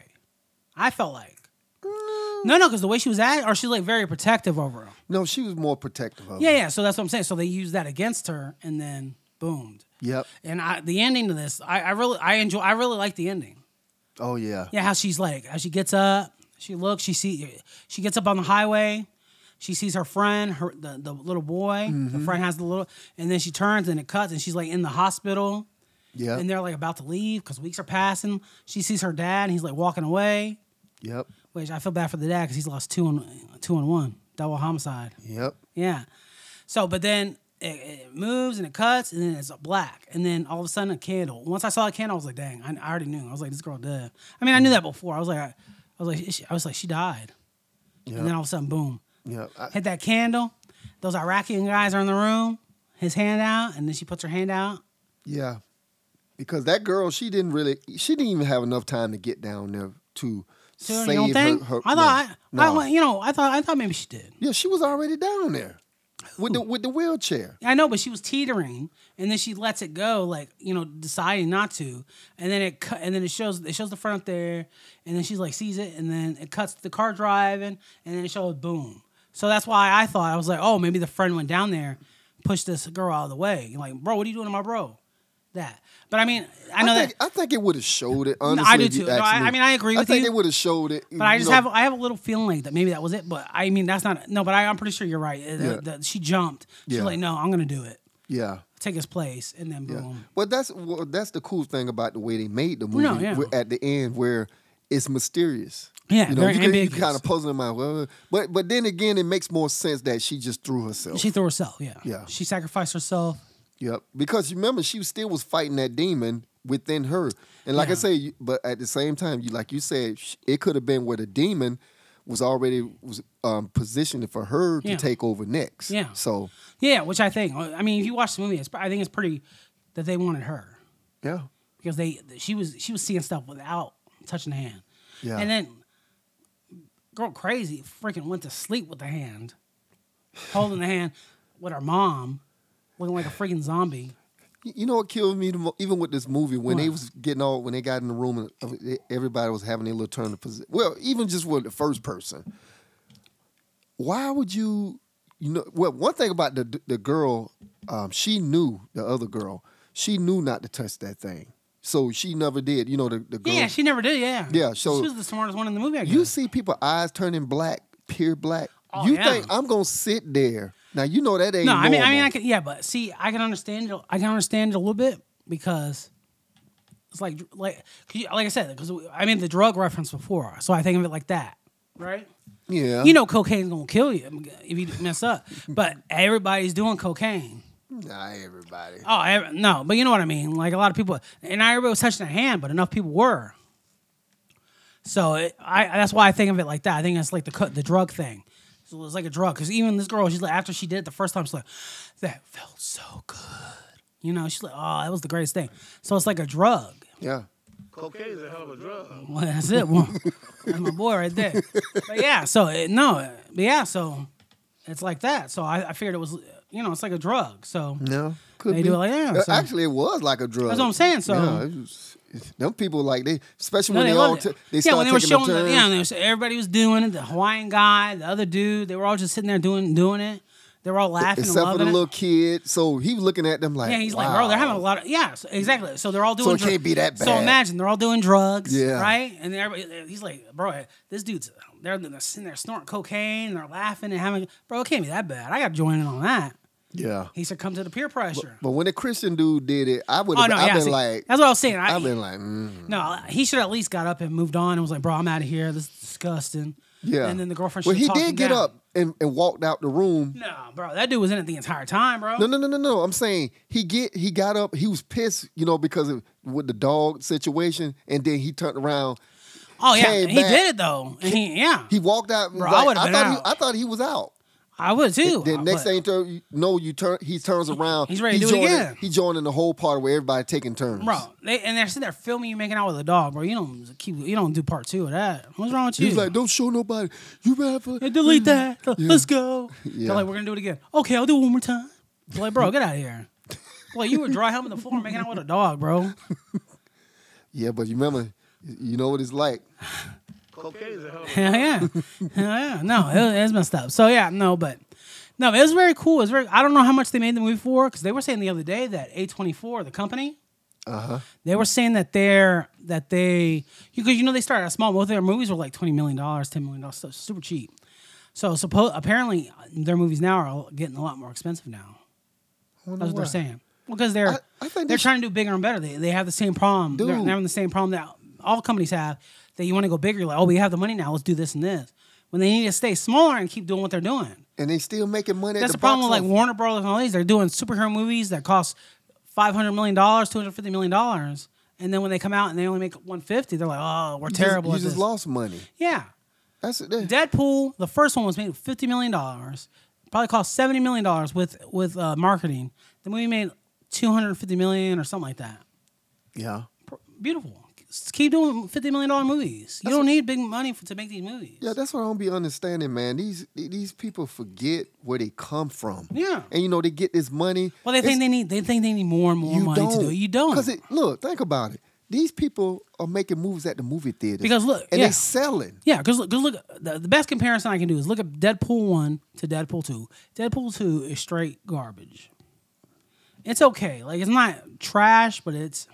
I felt like. No, no, because the way she was at, or she's like very protective over him. no, she was more protective of. Yeah, him. yeah. So that's what I'm saying. So they used that against her, and then boomed. Yep. And I, the ending to this, I, I really, I enjoy. I really like the ending. Oh yeah. Yeah, how she's like, how she gets up, she looks, she see, she gets up on the highway, she sees her friend, her the, the little boy, the friend has the little, and then she turns and it cuts, and she's like in the hospital, Yep. and they're like about to leave because weeks are passing. She sees her dad, and he's like walking away, yep. which I feel bad for the dad because he's lost two and two and one double homicide. Yep. Yeah. So, but then it, it moves and it cuts and then it's black. And then all of a sudden, a candle. Once I saw a candle, I was like, dang, I, I already knew. I was like, this girl dead. I mean, I knew Mm. that before. I was like, I, I was like, she, I was like, she died. Yep. And then all of a sudden, boom, yep. I- hit that candle. Those Iraqi guys are in the room. His hand out, and then she puts her hand out. yeah. Because that girl, she didn't really. She didn't even have enough time to get down there to So save you don't think? her. her I thought, no, I, no. I, you know, I thought, I thought maybe she did. Yeah, she was already down there with the with the wheelchair. I know, but she was teetering, and then she lets it go, like you know, deciding not to, and then it cut, and then it shows it shows the front up there, and then she's like sees it, and then it cuts to the car driving, and then it shows boom. So that's why I thought I was like, oh, maybe the friend went down there, pushed this girl out of the way. You're like, bro, what are you doing to my bro? That, but I mean, I know I think, that, I think it would have showed it. Honestly, do if you too. No, I- asked me. I mean, I agree I with think you. it would have showed it. but I just know. have I have a little feeling like that maybe that was it. But I mean, that's not no. But I, I'm pretty sure you're right. Uh, Yeah. that she jumped. She's Yeah. like, no, I'm gonna do it. Yeah. Take his place, and then Yeah. boom. Well, that's well, that's the cool thing about the way they made the movie No, yeah. where- at the end, where it's mysterious. Yeah, you know, very you, can- you ambiguous. kind of puzzling in my well, uh, but but then again, it makes more sense that she just threw herself. She threw herself. Yeah. Yeah. She sacrificed herself. Yep. Because you remember, she still was fighting that demon within her, and like Yeah. I say, you- but at the same time, you like you said, sh- it could have been where the demon was already was um, positioned for her Yeah. to take over next. Yeah. So Yeah, which I think. I mean, if you watch the movie, it's, I think it's pretty that they wanted her yeah, because they she was she was seeing stuff without touching the hand. Yeah. And then, girl, crazy, freaking went to sleep with the hand, holding the hand with her mom, looking like a freaking zombie. Y- You know what killed me the mo- even with this movie when they What? was getting all when they got in the room and uh, they- everybody was having their little turn of position. Well, even just with the first person, why would you? You know, well, one thing about the the girl, um, she knew the other girl. She knew not to touch that thing, so she never did. You know, the, the girl. Yeah, she never did. Yeah. Yeah, so- she was the smartest one in the movie. I guess. you see people eyes turning black, pure black. Oh, you yeah. think I'm gonna sit there? Now you know that ain't. No, I mean, I mean, normal. I can, yeah, but see, I can understand it. I can understand it a little bit because it's like, like, 'cause you- like I said, because I made the drug reference before, so I think of it like that, right? yeah, You know, cocaine's gonna kill you if you mess up, but everybody's doing cocaine. Nah, everybody. Oh, ev- no, but you know what I mean. Like a lot of people, and not everybody was touching their hand, but enough people were. So it, I that's why I think of it like that. I think it's like the co- the drug thing. So it's like a drug because even this girl, she's like after she did it the first time, she's like, that felt so good. You know, she's like, oh, that was the greatest thing. So it's like a drug. Yeah. Cocaine's a hell of a drug. Well, that's it. Well, that's my boy right there. But yeah, so it, no, it- but yeah, so it's like that. So I, I figured it was, you know, it's like a drug. So No, could They be. do it like that, Uh, so- Actually, it was like a drug. That's what I'm saying, so- yeah, it was- it- them people like they, especially No, when they they, all loved t- it. they yeah, start when they were taking showing, the the, turns. yeah, and they were- everybody was doing it. The Hawaiian guy, the other dude, they were all just sitting there doing doing it. They were all laughing and except for the loving it. little kid. So he was looking at them like, Yeah, he's wow. like, bro, they're having a lot of yeah, so- exactly. So they're all doing. it can't be that So bad. imagine they're all doing drugs, Yeah. right? And everybody, he's like, bro, this dude's they're, they're sitting there snorting cocaine and they're laughing and having, bro, it can't be that bad. I got to join in on that. yeah. He succumbed to the peer pressure. But when the Christian dude did it, I would oh have no, I've yeah, been see, like, that's what I was saying. I, I've been like, mm. no, he should at least got up and moved on and was like, bro, I'm out of here. This is disgusting. yeah. And then the girlfriend. Well, should he talk him did get down. up and, and walked out the room. No, bro, that dude was in it the entire time, bro. No, no, no, no, no. I'm saying he get he got up. He was pissed, you know, because of with the dog situation, and then he turned around. oh yeah, came he back. did it though. And he, yeah, He walked out. and Bro, was I like- would've been thought out. He, I thought he was out. I would too. Then next but- thing you turn, you know, you turn. He turns around. he's ready to he do it joining- again. He joining the whole party where everybody taking turns. Bro, they, and they're sitting there filming you making out with a dog, bro. You don't keep, you don't do part two of that. What's wrong with you? He's like, don't show nobody. You better. Yeah, delete that. Let's go. Yeah. They're like, we're gonna do it again. Okay, I'll do it one more time. It's like, bro, get out of here. Boy, you were dry humping the floor making out with a dog, bro. Yeah, but you remember, you know what it's like. Cocaine is a hell of a Hell yeah, Hell yeah. No, it, it's messed up. So yeah, no, but no, it was very cool. It's very. I don't know how much they made the movie for because they were saying the other day that A twenty four, the company, Uh huh. they were saying that they're that they you because you know they started out small. Both of their movies were like twenty million dollars, ten million dollars, so super cheap. So suppo- apparently their movies now are getting a lot more expensive now. That's what they're saying. Well, because they're I- I think they're they sh- trying to do bigger and better. They they have the same problem. They're Dude. having the same problem that all companies have. That you want to go bigger, you're like oh we have the money now, let's do this and this. When they need to stay smaller and keep doing what they're doing. And they still making money. at That's the the problem with box like Warner Brothers and all these. They're doing superhero movies that cost five hundred million dollars, two hundred fifty million dollars, and then when they come out and they only make one fifty, they're like, oh, we're office. You terrible. Just, at you just this. lost money. Yeah, That's it. That, Deadpool. The first one was made with fifty million dollars. Probably cost seventy million dollars with with uh, marketing. The movie made two hundred fifty million or something like that. yeah. Beautiful. Just keep doing fifty million dollar movies. You don't need big money for, to make these movies. Yeah, that's what I don't be understanding, man. These these people forget where they come from. Yeah. And you know they get this money. Well, they think It's- they need they think they need more and more money to do. it. You don't. Because look, think about it. These people are making movies at the movie theaters. Because look, and yeah. they selling. Yeah, because look, 'cause look the, the best comparison I can do is look at Deadpool 1 to Deadpool 2. Deadpool 2 is straight garbage. It's okay. Like, it's not trash, but it's,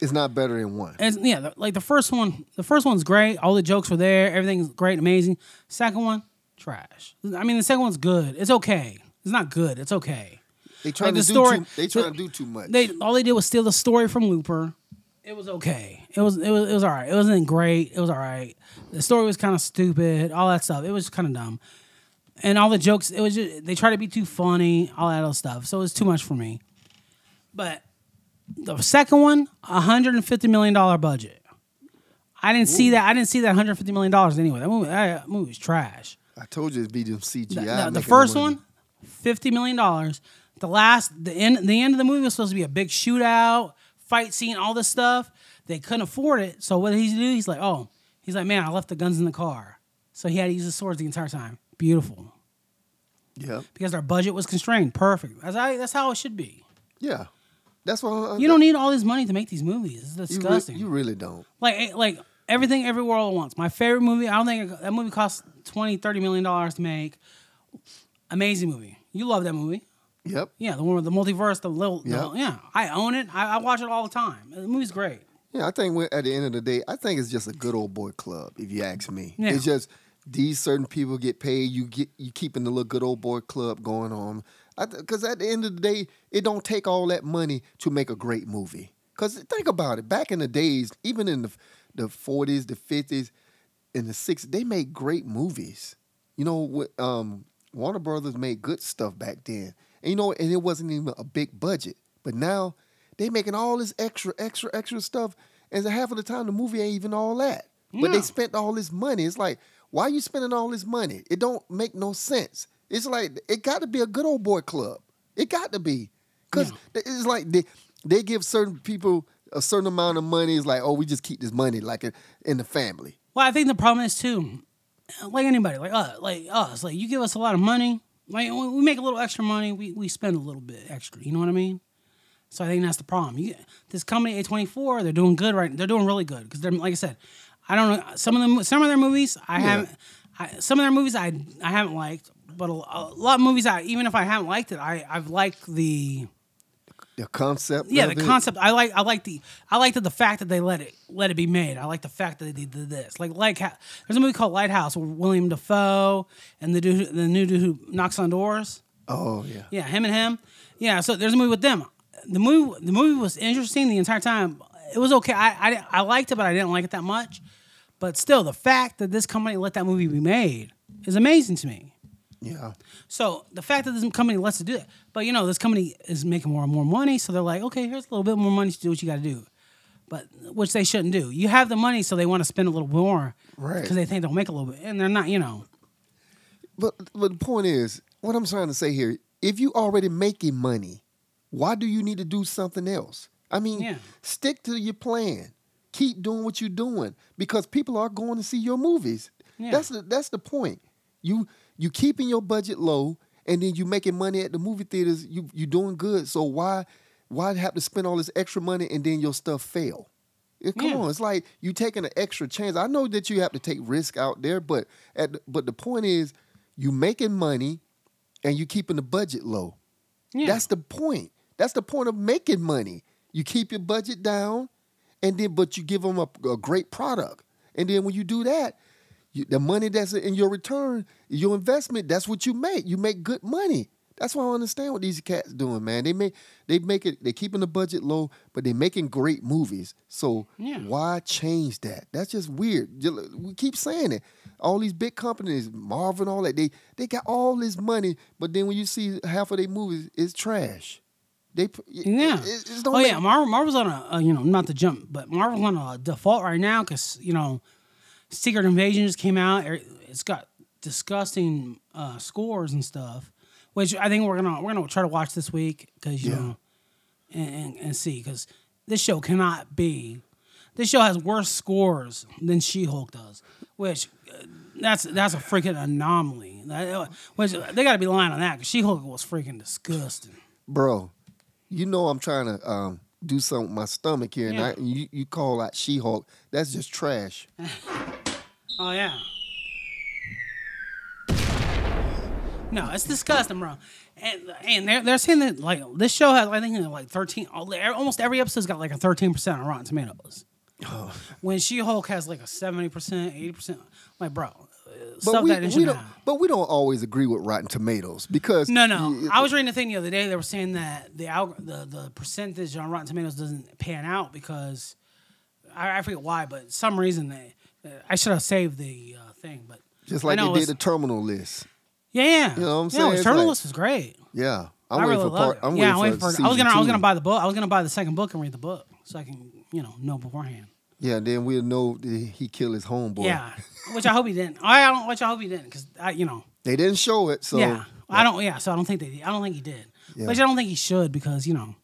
It's not better than one. it's yeah, the- like the first one, the first one's great. All the jokes were there. Everything's great, amazing. Second one, trash. I mean, the second one's good. It's okay. It's not good. It's okay. They trying the to do story- too. They trying to do too much. They all they did was steal the story from Looper. It was okay. It was it was it was all right. It wasn't great. It was all right. The story was kind of stupid. All that stuff. It was kind of dumb. And all the jokes. It was just they tried to be too funny. All that other stuff. So it was too much for me. But the second one, hundred and fifty million dollar budget. I didn't see that. I didn't see that hundred fifty million dollars anyway. That movie, that movie was trash. I told you it's be them CGI. The- the, making the first money. one, fifty million dollars. The last, the end, the end of the movie was supposed to be a big shootout, fight scene, all this stuff. They couldn't afford it, so what did he do? He's like, oh, he's like, man, I left the guns in the car, so he had to use the swords the entire time. Beautiful, Yeah. because our budget was constrained. Perfect. That's how, that's how it should be. Yeah. That's why You don't need all this money to make these movies. It's you, re- disgusting. you really don't. like eh, like everything everywhere all at once my favorite movie i don't think it- that movie cost 20 30 million dollars to make amazing movie you love that movie Yep. yeah the one with the multiverse the little the- Yeah. yeah i own it I, I watch it all the time the movie's great Yeah, I think we at the end of the day, I think it's just a good old boy club. If you ask me, Yeah. it's just these certain people get paid. You get you keeping the little good old boy club going on. Because at the end of the day, it don't take all that money to make a great movie. Because think about it, back in the days, even in the the forties, the fifties, in the sixties, they made great movies. You know, what, um, Warner Brothers made good stuff back then, and you know, and it wasn't even a big budget. But now they making all this extra, extra, extra stuff, and half of the time the movie ain't even all that. But No. they spent all this money. It's like, why you spending all this money? It don't make no sense. It's like it got to be a good old boy club. It got to be, cause it's like they they give certain people a certain amount of money. It's like, oh, we just keep this money like in- in the family. well i think the problem is too like anybody like uh like us like you give us a lot of money like we we make a little extra money we, we spend a little bit extra you know what i mean So I think that's the problem. You, this company A24, they're doing good right. They're doing really good because they're like I said, I don't know some of them. Some of their movies I haven't. I, some of their movies I I haven't liked, but a, a lot of movies I even if I haven't liked it, I I've liked the The concept. yeah of the it. concept. I like I like the I like that the fact that they let it let it be made. I like the fact that they did this. Like like ha- there's a movie called Lighthouse with William Defoe and the dude who- the new dude who knocks on doors. Oh yeah. Yeah, him and him. Yeah, so there's a movie with them. The movie the movie was interesting the entire time. It was okay. I I, di- I liked it, but I didn't like it that much. But still, the fact that this company let that movie be made is amazing to me. Yeah. So the fact that this company lets it do it, but you know this company is making more and more money, so they're like, okay, here's a little bit more money to do what you got to do, but which they shouldn't do. You have the money, so they want to spend a little more, Right. Because they think they'll make a little bit, and they're not, you know. But but the point is, what I'm trying to say here, if you already making money, why do you need to do something else? I mean, Yeah. stick to your plan. Keep doing what you're doing because people are going to see your movies. Yeah. That's the that's the point. You you keeping your budget low and then you making money at the movie theaters, you you doing good. So why why have to spend all this extra money and then your stuff fail? It- come Yeah. on, it's like you taking an extra chance. I know that you have to take risk out there, but at the- but the point is, you making money, and you keeping the budget low. Yeah. That's the point. That's the point of making money. You keep your budget down, and then but you give them a, a great product, and then when you do that, you, the money that's in your return, your investment, that's what you make. You make good money. That's why I don't understand what these cats doing, man. They make they make it. They keeping the budget low, but they making great movies. So Yeah. why change that? That's just weird. Ju- We keep saying it. All these big companies, Marvel, and all that, they they got all this money, but then when you see half of their movies, it's trash. They p- it- Yeah. It, it, it's oh don't yeah, Marvel, Marvel's on a, uh you know not to jump, but Marvel's on a default right now because you know, Secret Invasion just came out. Er, It's got disgusting uh, scores and stuff, which I think we're gonna we're gonna try to watch this week because you Yeah. know, and and, and see because this show cannot be. This show has worse scores than She Hulk does, which uh, that's that's a freaking anomaly. That- uh, which they got to be lying on that because She Hulk was freaking disgusting. bro, you know I'm trying to um, do something with my stomach here, Yeah. and I, you, you call out She-Hulk. That's just trash. Oh yeah. No, it's disgusting, bro. And and they're they're saying that like this show has I think like thirteen all- almost every episode's got like a thirteen percent on Rotten Tomatoes. When She Hulk has like a seventy percent, eighty percent, like bro, but stuff we, that we into don't. But we don't always agree with Rotten Tomatoes because No, no. y- I was reading a thing the other day. They were saying that the alg- the the percentage on Rotten Tomatoes doesn't pan out because I, I forget why, but some reason they. uh, I should have saved the uh, thing, but just I like know it they was- did the Terminal List. Yeah, yeah. You know what I'm Yeah, saying? It's Eternalist like- was great. Yeah, i I'm waiting really for love part. it. I'm yeah, waiting I'm for. I was season gonna, I was gonna two. buy the book. I was gonna buy the second book and read the book so I can, you know, know beforehand. Yeah, then we'll know that he killed his homeboy. Yeah, which I hope he didn't. I don't, which I hope he didn't, because I, you know, they didn't show it, so yeah, I don't, yeah. So I don't think they, I don't think he did. Yeah. But I don't think he should because you know,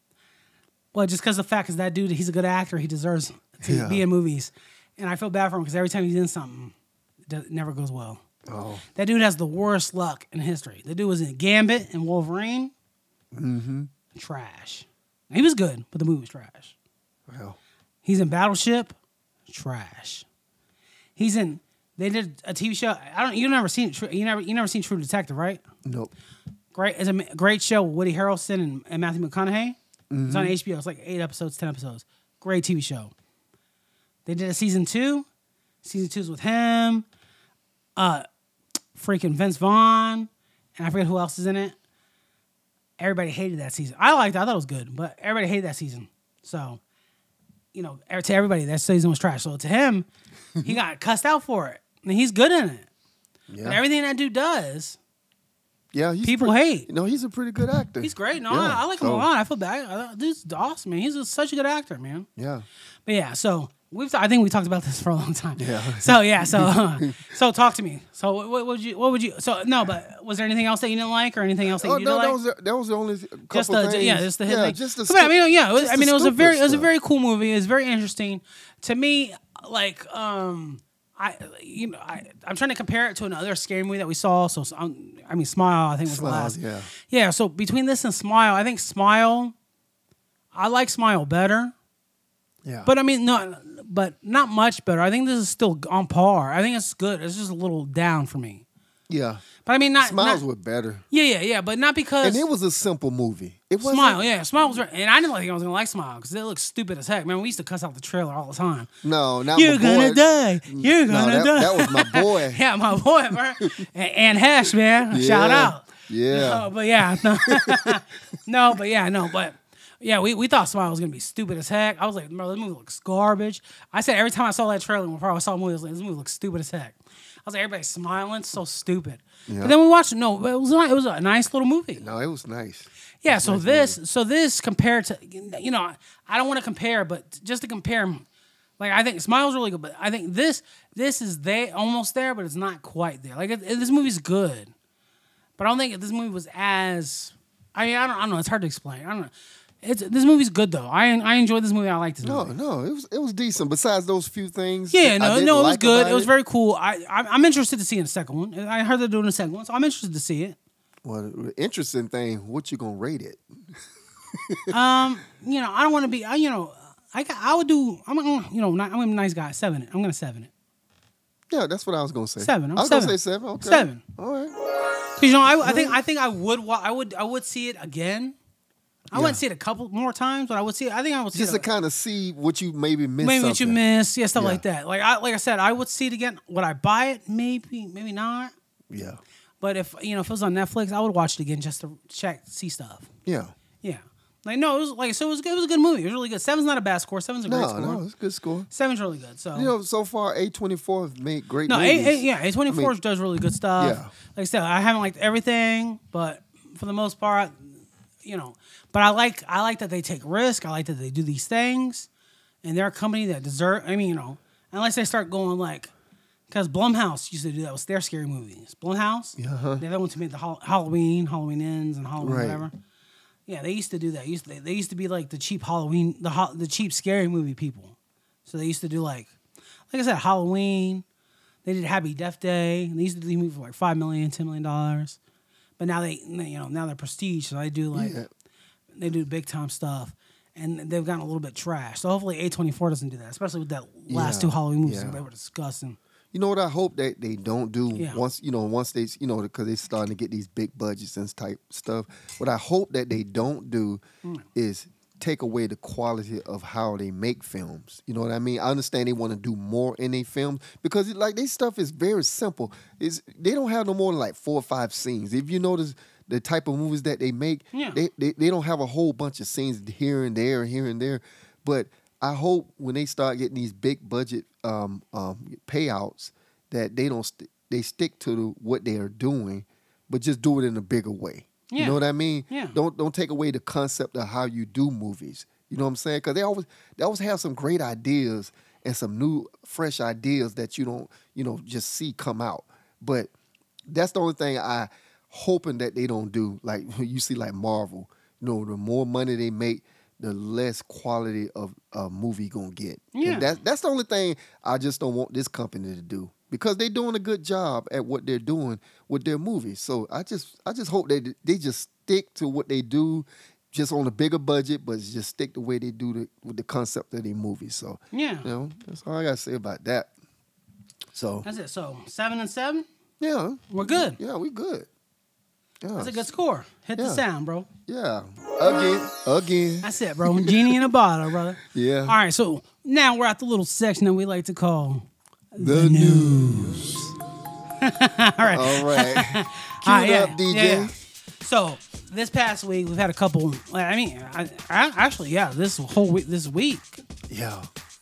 well, just because the fact is that dude, he's a good actor. He deserves to Yeah. be in movies, and I feel bad for him because every time he's in something, it does- it never goes well. Oh, That dude has the worst luck in history. The dude was in Gambit and Wolverine. Mm-hmm. Trash. He was good, but the movie was trash. well, He's in Battleship. Trash. He's in. They did a TV show. I don't. You never seen. Tru- You never. You never seen True Detective, right? nope. Great. It's a ma- great show. with Woody Harrelson and, and Matthew McConaughey. It's on HBO. It's like eight episodes, ten episodes. Great TV show. They did a season two. Season two's with him. Uh, freaking Vince Vaughn, and I forget who else is in it. Everybody hated that season. I liked. it. I thought it was good, but everybody hated that season. So, you know, er- to everybody, that season was trash. So to him, he got cussed out for it, and he's good in it. Yeah, But everything that dude does, yeah. He's people pretty, hate. No, he's a pretty good actor. He's great. No, Yeah, Oh, I, I like him a so, lot. I feel bad. I, I- dude's awesome, man. He's a, such a good actor, man. Yeah, But yeah, so we've. I think we talked about this for a long time. Yeah. So yeah, so uh, so talk to me. So what, what would you? What would you? So no, but was there anything else that you didn't like, or anything else that oh, you no, didn't that like? was the, that was the only th- couple just the things. yeah, just the hit yeah, thing. just the. Come on, I stu- mean, yeah, it was, just I the mean, it was a stupid very, it was a stuff. very cool movie. It was very interesting to me. Like, um, I, you know, I, I'm trying to compare it to another scary movie that we saw. So, um, I mean, Smile, I think was the Smile, last. yeah. yeah. So between this and Smile, I think Smile, I like Smile better. Yeah. But I mean, no, but not much better. I think this is still on par. I think it's good. It's just a little down for me. Yeah. But I mean, not Smiles not- were better. Yeah, yeah, yeah. But not because And it was a simple movie. It was Smile, yeah, Smile was, right. and I didn't think I was gonna like Smile because it looked stupid as heck. Man, we used to cuss out the trailer all the time. No, not You're my gonna boy. die. You're No, gonna that- die. that was my boy. yeah, my boy, bro. and, and Hash, man. Shout Yeah. out. Yeah. No, but yeah, no. No, but yeah, no, but yeah, we, we thought Smile was gonna be stupid as heck. I was like, bro, this movie looks garbage. I said every time I saw that trailer, before I saw the movie, I was like, this movie looks stupid as heck. I was like, everybody's smiling, so stupid. Yeah. But then we watched it. No, but it was not, it was a nice little movie. No, it was nice. Yeah, so this, so this compared to, you know, I don't want to compare, but just to compare, like I think Smile's really good, but I think this, this is they almost there, but it's not quite there. Like it, it- this movie's good, but I don't think this movie was as, I mean, I don't, I don't know, it's hard to explain. I don't know. It's this movie's good though. I I enjoyed this movie. I like this No, movie. no, it was it was decent. Besides those few things. Yeah, that I no, didn't no, it was like good. about It was very cool. I I'm, I'm interested to see in the second one. I heard they're doing a second one, so I'm interested to see it. Well, the interesting thing. What you gonna rate it? Um, you know, I don't want to be, I, you know, I got, I would do, I'm, a- you know, not, I'm a nice guy. Seven it. I'm gonna seven it. Yeah, that's what I was gonna say. Seven, I'm I was seven. gonna say seven. Okay. Seven. All right. Cause you know, I, I think, I think I would, wa- I would, I would see it again. I wouldn't see it a couple more times, but I would see it. I think I would see Just it to kind of see what you maybe missed. maybe what you something. miss, yeah, stuff Yeah. like that. Like I, like I said, I would see it again. Would I buy it? Maybe, maybe not. Yeah. But if you know, if it was on Netflix, I would watch it again just to check, see stuff. Yeah. Yeah, like no, it was like so. It was, good- it was a good movie. It was really good. Seven's not a bad score. Seven's a great No, score. no, it's a good score. Seven's really good. So You know, so far A twenty four have made great No, movies. A, A, yeah, A twenty four I mean- does really good stuff. Yeah. Like I said, I haven't liked everything, but for the most part, you know. But I like I like that they take risk. I like that they do these things, and they're a company that deserve. I mean, you know, unless they start going like, because Blumhouse used to do that with their scary movies. Blumhouse, Uh-huh. they're the ones who made the Hall- Halloween, Halloween Ends, and Halloween Right. whatever. Yeah, they used to do that. Used to, they used to be like the cheap Halloween, the ho- the cheap scary movie people. So they used to do like, like I said, Halloween. They did Happy Death Day. And they used to do these movies for like five million, ten million dollars. But now they, you know, now they're prestige, so they do like, Yeah. they do big time stuff, and they've gotten a little bit trash. So hopefully, A twenty four doesn't do that, especially with that last Yeah, two Halloween movies yeah. that they were discussing. You know what I hope that they don't do Yeah. once you know once they you know because they starting to get these big budgets and type stuff. What I hope that they don't do Hmm. is take away the quality of how they make films. You know what I mean? I understand they want to do more in their films because it, like their stuff is very simple. Is they don't have no more than like four or five scenes. If you notice the type of movies that they make, Yeah. they, they they don't have a whole bunch of scenes here and there, here and there. But I hope when they start getting these big budget um, um, payouts, that they don't st- they stick to the, what they are doing, but just do it in a bigger way. You Yeah. know what I mean? Yeah. Don't don't take away the concept of how you do movies. You know what I'm saying? Because they always they always have some great ideas and some new fresh ideas that you don't you know just see come out. But that's the only thing I hoping that they don't do. Like you see, like Marvel. You know, the more money they make, the less quality of a movie gonna get. And Yeah. that's that's the only thing I just don't want this company to do because they're doing a good job at what they're doing with their movies. So I just I just hope they they just stick to what they do, just on a bigger budget, but just stick the way they do the with the concept of their movies. So Yeah. you know that's all I gotta say about that. So That's it. So seven and seven, yeah, we're good. yeah, we good. Yeah, That's a good score. Hit the Yeah. sound, bro. yeah. Again, again. That's it, bro. Genie in a bottle, brother. Yeah. All right, so now we're at the little section that we like to call. The news. all right. All right. Cue All it right, yeah, up, DJ. yeah, yeah. So this past week we've had a couple. like, I mean, I, I, actually, yeah, this whole week, this week Yeah.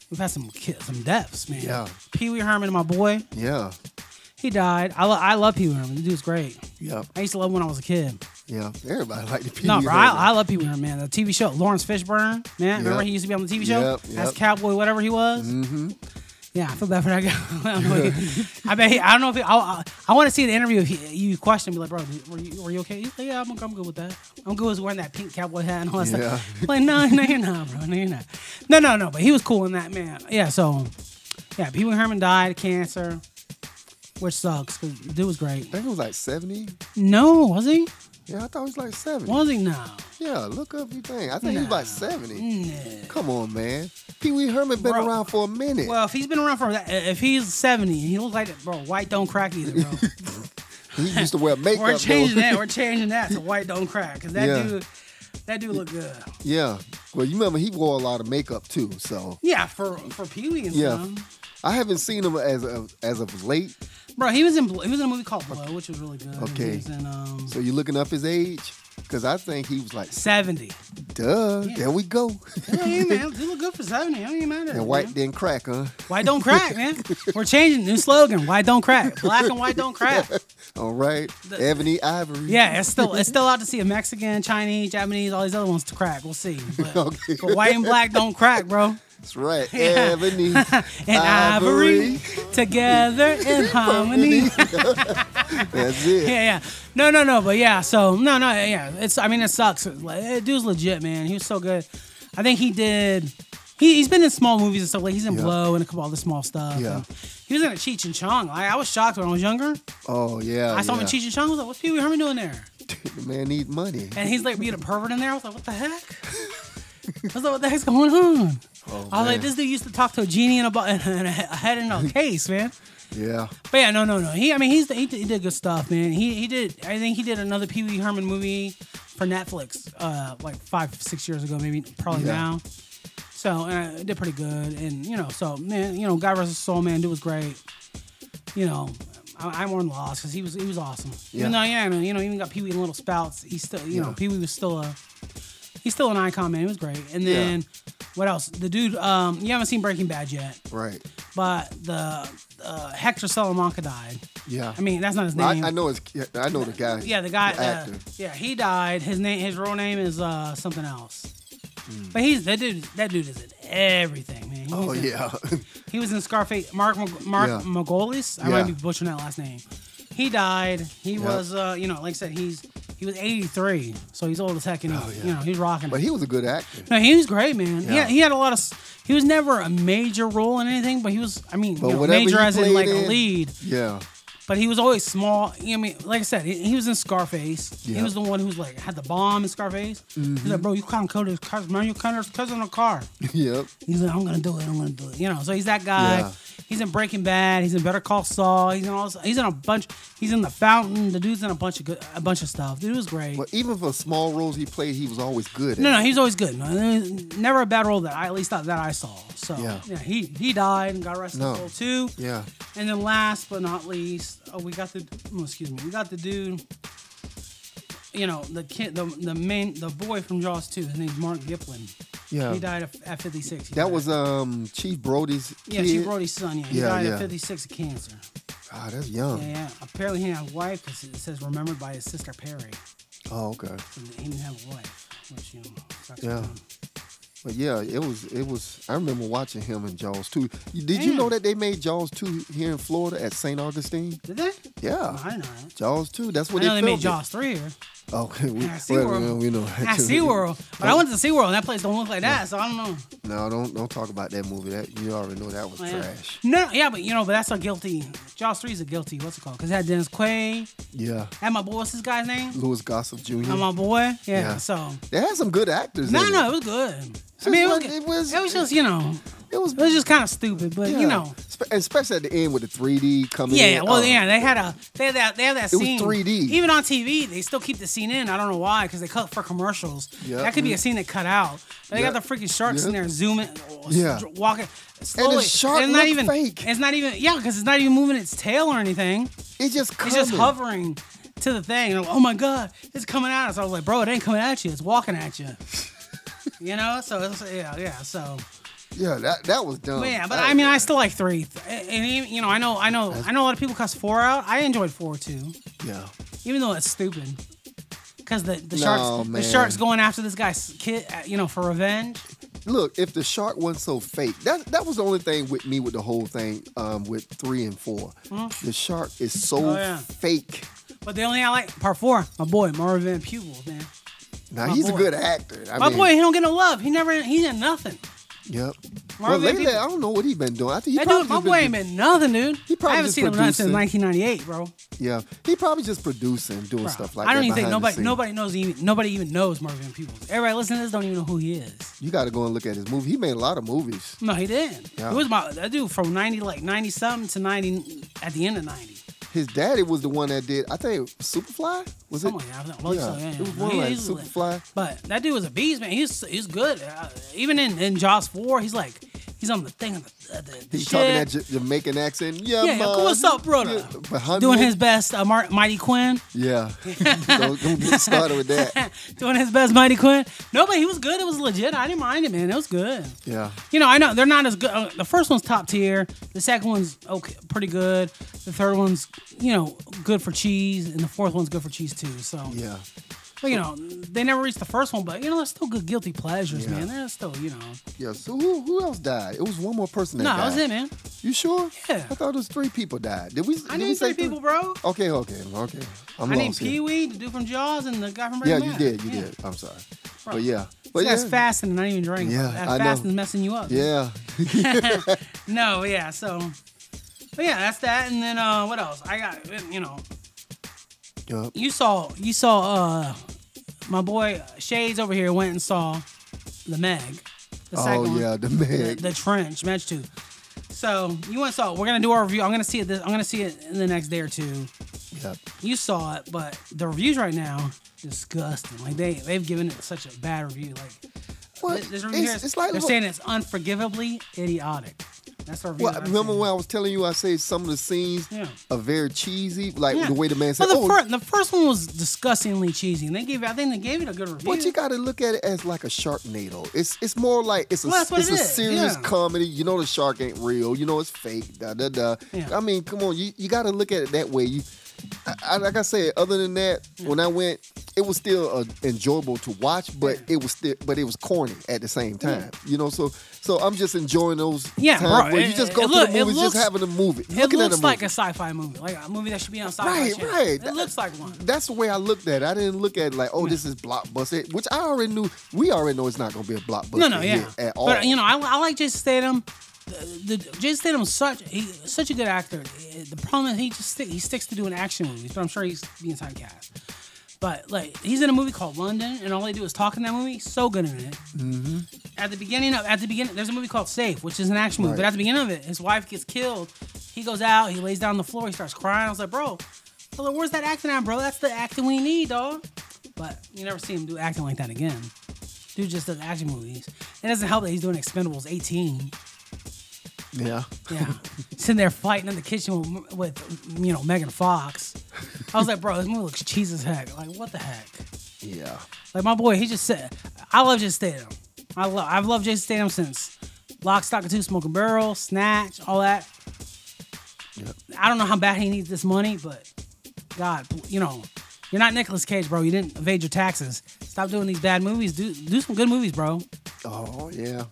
we've had some ki- some deaths, man. Yeah. Pee Wee Herman, my boy, Yeah. he he died. I, lo- I love Pee Wee Herman. The dude's great. Yeah. I used to love him when I was a kid. Yeah. Everybody like the Pee No, Wee bro, I, Herman. I love Pee Wee Herman, man. The TV show, Lawrence Fishburne, man. Remember Yep. he used to be on the TV show Yep, as yep. cowboy, whatever he was. Mm-hmm. Yeah, I feel bad for that guy. I bet he, I don't know if he, I, I, I want to see the interview. If he, you question, be like, bro, did- were you, were you okay? He's like, yeah, I'm, I'm good with that. I'm good with wearing that pink cowboy hat and all that Yeah. stuff. I'm like, no, no, you're not, bro. No, you're not. No, no, no. But he was cool in that, man. Yeah. So, yeah, Pee Wee Herman died of cancer, which sucks because dude was great. I think it was like 70. No, was he? Yeah, I thought he was like 70. Was he now? Yeah, look up your thing. I think he was Nah. about 70. Come on, man. Pee Wee Herman been Bro. around for a minute. Well, if he's been around for that, if he's seventy, and he looks like that, bro. White don't crack either, bro. he used to wear makeup. We're though. changing that. We're changing that to white don't crack because that Yeah. dude, that dude look good. yeah. Well, you remember he wore a lot of makeup too. So Yeah, for for Pee Wee and Yeah. stuff. I haven't seen him as of, as of late. Bro, he was in Blo- he was in a movie called Blow, which was really good. Okay. he was in, um, So you looking up his age? Because I think he was like, seventy. duh, Yeah. there we go. Yeah, hey, man, he look good for seventy. I don't even matter. and white man. didn't crack, huh? White don't crack, man. We're changing new slogan. White don't crack. Black and white don't crack. All right. The- Ebony Ivory. Yeah, it's still it's still out to see if Mexican, Chinese, Japanese, all these other ones to crack. We'll see. But, but white and black don't crack, bro. That's right. Yeah. Ebony. And ivory, together in harmony. That's it. yeah, yeah. No, no, no. But yeah, so no, no, yeah. It's I mean it sucks. It's like, eh, dude's legit, man. He was so good. I think he did. He he has been in small movies and stuff. Like he's in Yeah. Blow and a couple other small stuff. Yeah. And He was in a Cheech and Chong. Like, I was shocked when I was younger. Oh, yeah. I saw him yeah. in Cheech and Chong. I was like, "What's Pee Wee Herman doing there?" The man need money. And he's like being a pervert in there. I was like, "What the heck?" I was like, "What the heck's going on?" Oh, I was like, man. "This dude used to talk to a genie in a, bo- in a, in a head in a case, man." Yeah. But yeah, no, no, no. He, I mean, he's he did, he did good stuff, man. He he did. I think he did another Pee Wee Herman movie for Netflix, uh, like five six years ago, maybe probably Yeah. now. So uh, did pretty good, and you know, so man, you know, God rest his soul, man. Dude was great. You know, I, I mourn loss because he was he was awesome. Yeah. Even though yeah, I know, you know, even got Pee Wee and Little Spouts. He still, you Yeah. know, Pee Wee was still a he's still an icon, man. He was great. And then what else? The dude, um, you haven't seen Breaking Bad yet, Right. but the uh, Hector Salamanca died. Yeah. I mean, that's not his Well, name. I, I know his. I know the guy. Yeah, the guy. The uh, actor. yeah, he died. His name, his real name is uh, something else. But he's that dude. That dude is in everything, man. He Hmm. oh was in- yeah. he was in Scarface. Mark Mag- Mark Yeah. Margolis. I Yeah. might be butchering that last name. He died. He was, uh, you know, like I said, he's he was 83, so he's old as heck, and he, Oh, yeah. you know, he's rocking. but he was a good actor. No, he was great, man. Yeah. Yeah, he, had a lot of. s- He was never a major role in anything, but he was. I mean, But you know, whatever major he as in played like in- a lead, Yeah. but he was always small. You know, I mean, like I said, he, he was in Scarface. Yeah. He was the one who was like had the bomb in Scarface. Mm-hmm. He's like, bro, you can't kill this cousin, man. You can't kill this cousin in a car. yep. He's like, I'm gonna do it. I'm gonna do it. You know, so he's that guy. Yeah. He's in Breaking Bad. He's in Better Call Saul. He's in all. this- He's in a bunch. He's in The Fountain. The dude's in a bunch of good, a bunch of stuff. Dude was great. But even for small roles he played, he was always good. At No, no, it. he's always good. No, there's never a bad role that I at least that, that I saw. So Yeah. yeah, he he died and got arrested No. no. too. Yeah. And then last but not least, oh, we got the oh, excuse me, we got the dude. You know the kid, the the main, the boy from Jaws two. His name's Mark Giplin. Yeah. He died at- at 56. He That died- was um Chief Brody's yeah, kid. she wrote his son. Yeah, he Yeah, died yeah. at 56 of cancer. Ah, that's young. Yeah, yeah. Apparently he had a wife because it says remembered by his sister Perry. Oh, okay. So he didn't have a wife, which you know sucks. for Yeah. him. But yeah, it was it was. I remember watching him in Jaws too. Did you Yeah. know that they made Jaws two here in Florida at St. Augustine? Did they? Yeah. I didn't know that. Jaws two. That's I what know they they made filmed it. Jaws 3 here. Oh, we, At well, SeaWorld. we know. Oh. At SeaWorld. But I went to SeaWorld and that place don't look like that, so I don't know. No, don't don't talk about that movie. That you already know that was Like, trash. No, yeah, but you know, but that's a guilty. Jaws 3 is a guilty. What's it called? Because it had Dennis Quaid. Yeah. Had my boy, what's this guy's name? Louis Gossip Jr. And my boy. Yeah, Mm-hmm. Yeah. so. They had some good actors. No, in no, it. it was good. So I mean, it's it was, like- good. it was- it was just, you know, it was. it was just kind of stupid, but yeah. Uh, you know. Spe- especially at the end with the 3D coming. Yeah, in. yeah, well, Oh, yeah, they had a, they had that, they had that It was scene. 3D. Even on TV, they still keep the scene in. I don't know why, because they cut for commercials. Yeah. Mm-hmm. That could be a scene they cut out. But they Yeah. got the freaking sharks in Yeah. there zooming, Yeah. yeah. walking slowly. shark it's not look even fake. It's not even yeah, because it's not even moving its tail or anything. It just It's coming. just hovering to the thing. And I'm like, oh my god, it's coming at us. I was like, bro, it ain't coming at you. It's walking at you. you know, so it's, yeah, yeah, so. Yeah, that that was dumb. But yeah, but That I was mean, I bad. still like three, Th- and even, you know, I know, I know, I know a lot of people cuss four out. I enjoyed four too, Yeah. even though it's stupid, because the the No, sharks, man. the sharks going after this guy's kid, uh, you know, for revenge. Look, if the shark wasn't so fake, that that was the only thing with me with the whole thing um, with three and 4 The shark is so Hmm? Oh, yeah. fake. But the only thing I like part four, my boy Marvin Van Pupils, man. Now My he's a boy. good actor. I My mean, boy, he don't get no love. He never, he did nothing. Yep. Well, Marvin lately, People- I don't know what he's been doing. I think he That probably dude, my just boy been- ain't been nothing, dude. He probably I haven't just seen him none since producing. 1998, bro. Yeah, he probably just producing, doing Bro, stuff like I don't that. even think behind the nobody scenes. nobody knows even nobody even knows Marvin Peoples. Everybody listening to this don't even know who he is. You got to go and look at his movie. He made a lot of movies. No, he didn't. Yeah. It was my that dude from 90 like 90 something to 90 at the end of 90. His daddy was the one that did. I think Superfly was Come on, it? I don't know. Yeah, yeah, it was no, more he- like he's a- Superfly. But that dude was a beast, man. He's he's good. Uh, even in in Jaws 4, he's like he's on the thing of the, the, the He's shit. talking that J- Jamaican accent. Yeah, yeah, man. yeah, what's up, brother? Yeah, behind Doing me. his best, uh, Mar- Mighty Quinn. Yeah, don't, don't get started with that. doing his best, Mighty Quinn. No, but he was good. It was legit. I didn't mind it, man. It was good. Yeah, You know, I know they're not as good. Uh, the first one's top tier. The second one's okay, pretty good. The third one's, you know, good for cheese, and the fourth one's good for cheese too. So, yeah. but you know, they never reached the first one, but you know, they're still good guilty pleasures, Yeah. man. They're still, you know, Yeah, so who, who else died? It was one more person that no, died. that was it, man. You sure? Yeah. I thought it was three people died. Did we? did I we named say three people, bro. Okay, okay, okay. I'm I named lost Pee here. Wee, the dude from Jaws, and the guy from Yeah, Breaking you Bad. did, you Yeah. did. I'm sorry, Bro. but yeah, but But yeah, that's fasting and not even drinking. Yeah, Yeah, that's I know. fasting messing you up. Yeah, No, yeah, so but yeah, that's that. And then uh what else? I got you know, Yup. you saw you saw uh my boy uh, Shades over here went and saw the Meg. The second Oh one, yeah, the Meg. The, the trench, match two. So you went and saw it. We're gonna do our review. I'm gonna see it this I'm gonna see it in the next day or two. yeah. You saw it, but the reviews right now, disgusting. Like they they've given it such a bad review. Like What? this, this review here it's, is- it's like they're saying it's unforgivably idiotic. That's our review. Well, that I've remember seen. when I was telling you I say some of the scenes Yeah. are very cheesy, like Yeah. the way the man said, Well, the, "Oh, fir- the first one was disgustingly cheesy, and they gave I think they gave it a good review. But you got to look at it as like a Sharknado. It's it's more like it's a Well, that's what it's it a is, serious yeah. comedy. You know the shark ain't real. You know it's fake. Da da da. Yeah. I mean, come on, you, you got to look at it that way. You, I, I, like I said, other than that, when I went, it was still uh, enjoyable to watch, but it was still but it was corny at the same time. You know, so so I'm just enjoying those Yeah, times bro, where it- you just it go to look- the it movies, looks- just having a movie. it looking at looks a like movie. a sci-fi movie, like a movie that should be on sci-fi. Right, Channel. right. It That- looks like one. That's the way I looked at it. I didn't look at it like, oh, this is blockbuster, which I already knew. We already know it's not going to be a blockbuster. No, no, yeah. here At all. But you know, I, I like Jason Statham. The, the Jason Statham's such he such a good actor. The problem is he just stick, he sticks to doing action movies, but I'm sure he's the entire cast. But like he's in a movie called London, and all they do is talk in that movie. He's so good in it. Mm-hmm. At the beginning of at the beginning, there's a movie called Safe, which is an action movie. But Right. at the beginning of it, his wife gets killed. He goes out, he lays down on the floor, he starts crying. I was like, bro, I was like, where's that acting at, bro? That's the acting we need, dog. But you never see him do acting like that again. Dude just does action movies. It doesn't help that he's doing Expendables 18. yeah. Yeah, sitting there fighting in the kitchen with, with you know Megan Fox. I was like, bro, this movie looks cheese as heck. Like, what the heck? Yeah. Like my boy, he just said, I love Jason Statham. I love, I've loved Jason Statham since Lock, Stock, and Two, Smoking Barrel, Snatch, all that. Yep. I don't know how bad he needs this money, but God, pl- you know, you're not Nicolas Cage, bro. You didn't evade your taxes. Stop doing these bad movies. Do do some good movies, bro. Oh, yeah.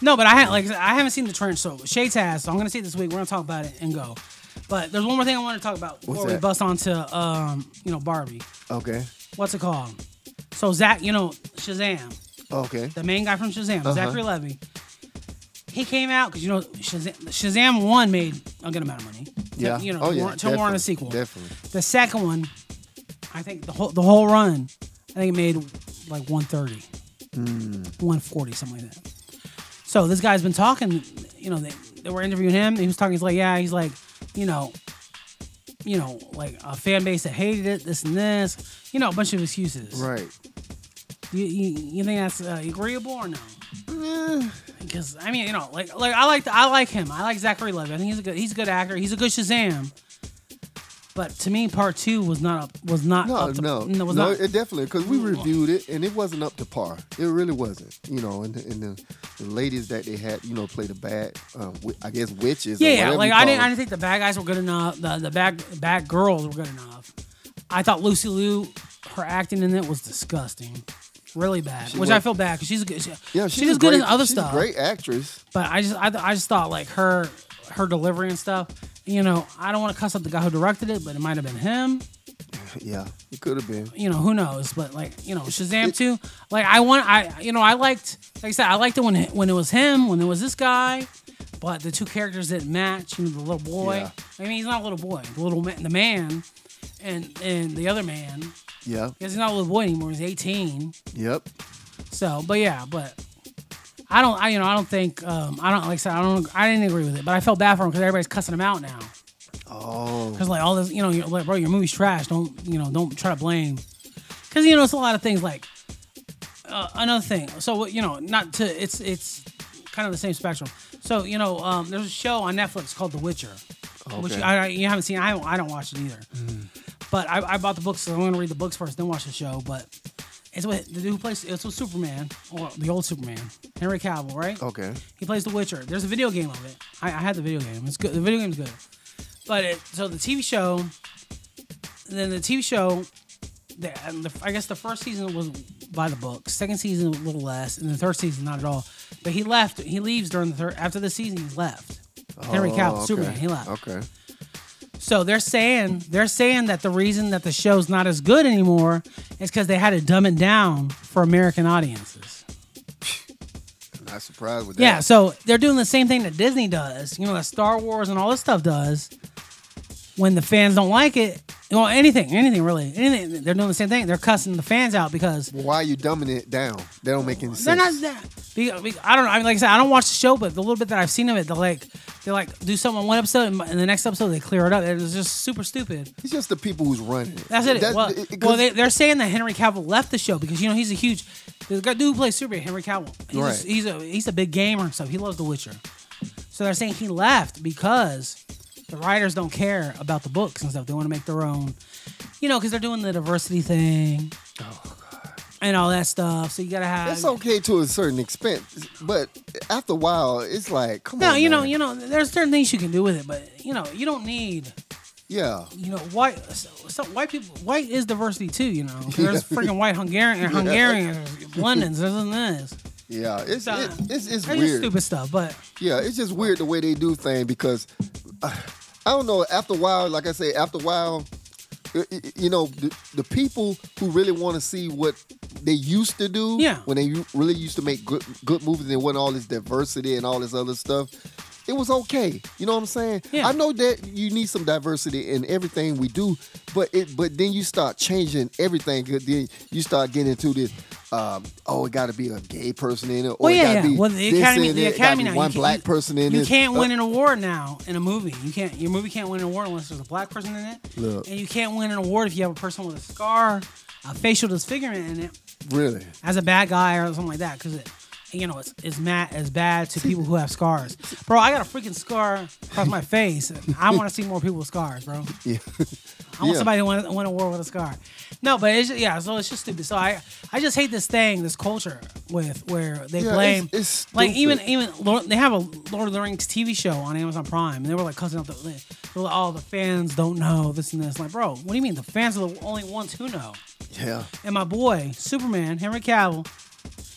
No, but I ha- like I said, I haven't seen the trench, so Shades has. So I'm gonna see it this week. We're gonna talk about it and go. But there's one more thing I want to talk about before we that? bust onto um, you know, Barbie. Okay. What's it called? So Zach, you know, Shazam, Okay. the main guy from Shazam, Uh-huh. Zachary Levy. He came out because you know Shazam, Shazam one made a good amount of money. Yeah. you know, oh, to, yeah. warrant, to warrant a definitely, sequel. Definitely. The second one, I think the whole the whole run, I think it made like 130, 140, something like that. So this guy's been talking, you know, they, they were interviewing him. He was talking, he's like, yeah, he's like, you know, you know, like a fan base that hated it, this and this, you know, a bunch of excuses. Right. You, you, you think that's uh, agreeable or no? Eh, Because I mean, you know, like like I like the, I like him. I like Zachary Levi. I think he's a good he's a good actor. He's a good Shazam. But to me, part two was not up was not no, up to, no, no, no, was not, it definitely because we reviewed it and it wasn't up to par. It really wasn't, you know. And, the- and the, the ladies that they had, you know, play the bad, um, wi- I guess witches. or yeah, yeah. whatever Like you I call didn't I them. didn't think the bad guys were good enough. The the bad bad girls were good enough. I thought Lucy Liu, her acting in it was disgusting, really bad. which I was- feel bad because she's a good. She, Yeah, she she's was a good in great- other she's a stuff. Great actress. But I just I, th- I just thought like her her delivery and stuff. You know, I don't want to cuss up the guy who directed it, but it might have been him. yeah, it could have been. you know, who knows? But like, you know, Shazam two. Like I want, I you know, I liked, like I said, I liked it when it- when it was him, when it was this guy, but the two characters didn't match. You know, the little boy. Yeah. I mean, he's not a little boy. The little man, the man, and and the other man. Yeah, Because he's not a little boy anymore. He's eighteen. yep. So, but yeah, but I don't, I you know, I don't think, um, I don't like I said, I don't, I didn't agree with it, but I felt bad for him because everybody's cussing him out now. Oh, Cause like all this, you know, you're like, bro, your movie's trash. Don't you know? Don't try to blame. Cause you know, it's a lot of things. Like uh, another thing. So what- you know, not to it's it's kind of the same spectrum. So you know, um, there's a show on Netflix called The Witcher, which Okay. I, I- you haven't seen. I don't, I don't watch it either. But I, I bought the books, so I'm gonna read the books first, then watch the show. But it's with the dude who plays it's with Superman or the old Superman, Henry Cavill, right? okay. He plays The Witcher. There's a video game of it. I, I had the video game. It's good. The video game's good. But it, so the TV show, then the TV show, the, and the, I guess the first season was by the book. Second season a little less, and the third season not at all. But he left. He leaves during the third after the season. He's left. Henry Oh, Cavill, okay. Superman. He left. Okay. So they're saying they're saying that the reason that the show's not as good anymore is because they had to dumb it down for American audiences. Not surprised with that. Yeah, so they're doing the same thing that Disney does, you know, that Star Wars and all this stuff does. When the fans don't like it, well, anything, anything really, anything, they're doing the same thing. They're cussing the fans out because Why are you dumbing it down? That don't make any sense. they're not that. be- be- I don't know. I mean, like I said, I don't watch the show, but the little bit that I've seen of it, they like they like do something on one episode and in the next episode they clear it up. It was just super stupid. It's just the people who's running it. That's it. That- well, it- 'cause- well they, they're saying that Henry Cavill left the show because you know he's a huge. The guy- dude who plays Superman, Henry Cavill. He's, Right. a, he's a he's a big gamer and stuff. He loves The Witcher. So they're saying he left because the writers don't care about the books and stuff. They want to make their own, you know, because they're doing the diversity thing. And all that stuff. So you gotta have. Oh, that's okay to a certain extent, but after a while, it's like, come No, on. you know, man. you know, there's certain things you can do with it, but you know, you don't need. Yeah. you know, white so, so white people, white is diversity too. You know, there's freaking white Hungarian, Hungarians, Londons, this and this. Yeah. It's, So, it, it's, it's That's weird. just stupid stuff. But Yeah, it's just weird the way they do things because uh, I don't know. After a while, like I say, after a while, y- y- you know, the, the people who really want to see what they used to do, Yeah. when they u- really used to make good good movies, and there wasn't all this diversity and all this other stuff. It was okay, you know what I'm saying. Yeah. I know that you need some diversity in everything we do, but it but then you start changing everything. 'cause Then you start getting into this. Um, oh, it got to be a gay person in it, or well, it Oh, yeah, got to yeah. be Well, the this academy, in the it, it gotta academy be now. one you black can't, person in You this. can't uh, win an award now in a movie. You can't. Your movie can't win an award unless there's a black person in it. Look. And you can't win an award if you have a person with a scar, a facial disfigurement in it, Really? as a bad guy or something like that. Because it. You know, it's it's mad as bad to people who have scars, bro. I got a freaking scar across my face. and I want to see more people with scars, bro. Yeah. I want Yeah. somebody to win, win a war with a scar. No, but it's yeah, so it's just stupid. So I I just hate this thing, this culture with where they Yeah, blame it's- it's like even stupid. even Lord, they have a Lord of the Rings TV show on Amazon Prime, and they were like cussing out the they were like, oh the fans don't know this and this. Like, bro, what do you mean the fans are the only ones who know? Yeah. And my boy Superman Henry Cavill,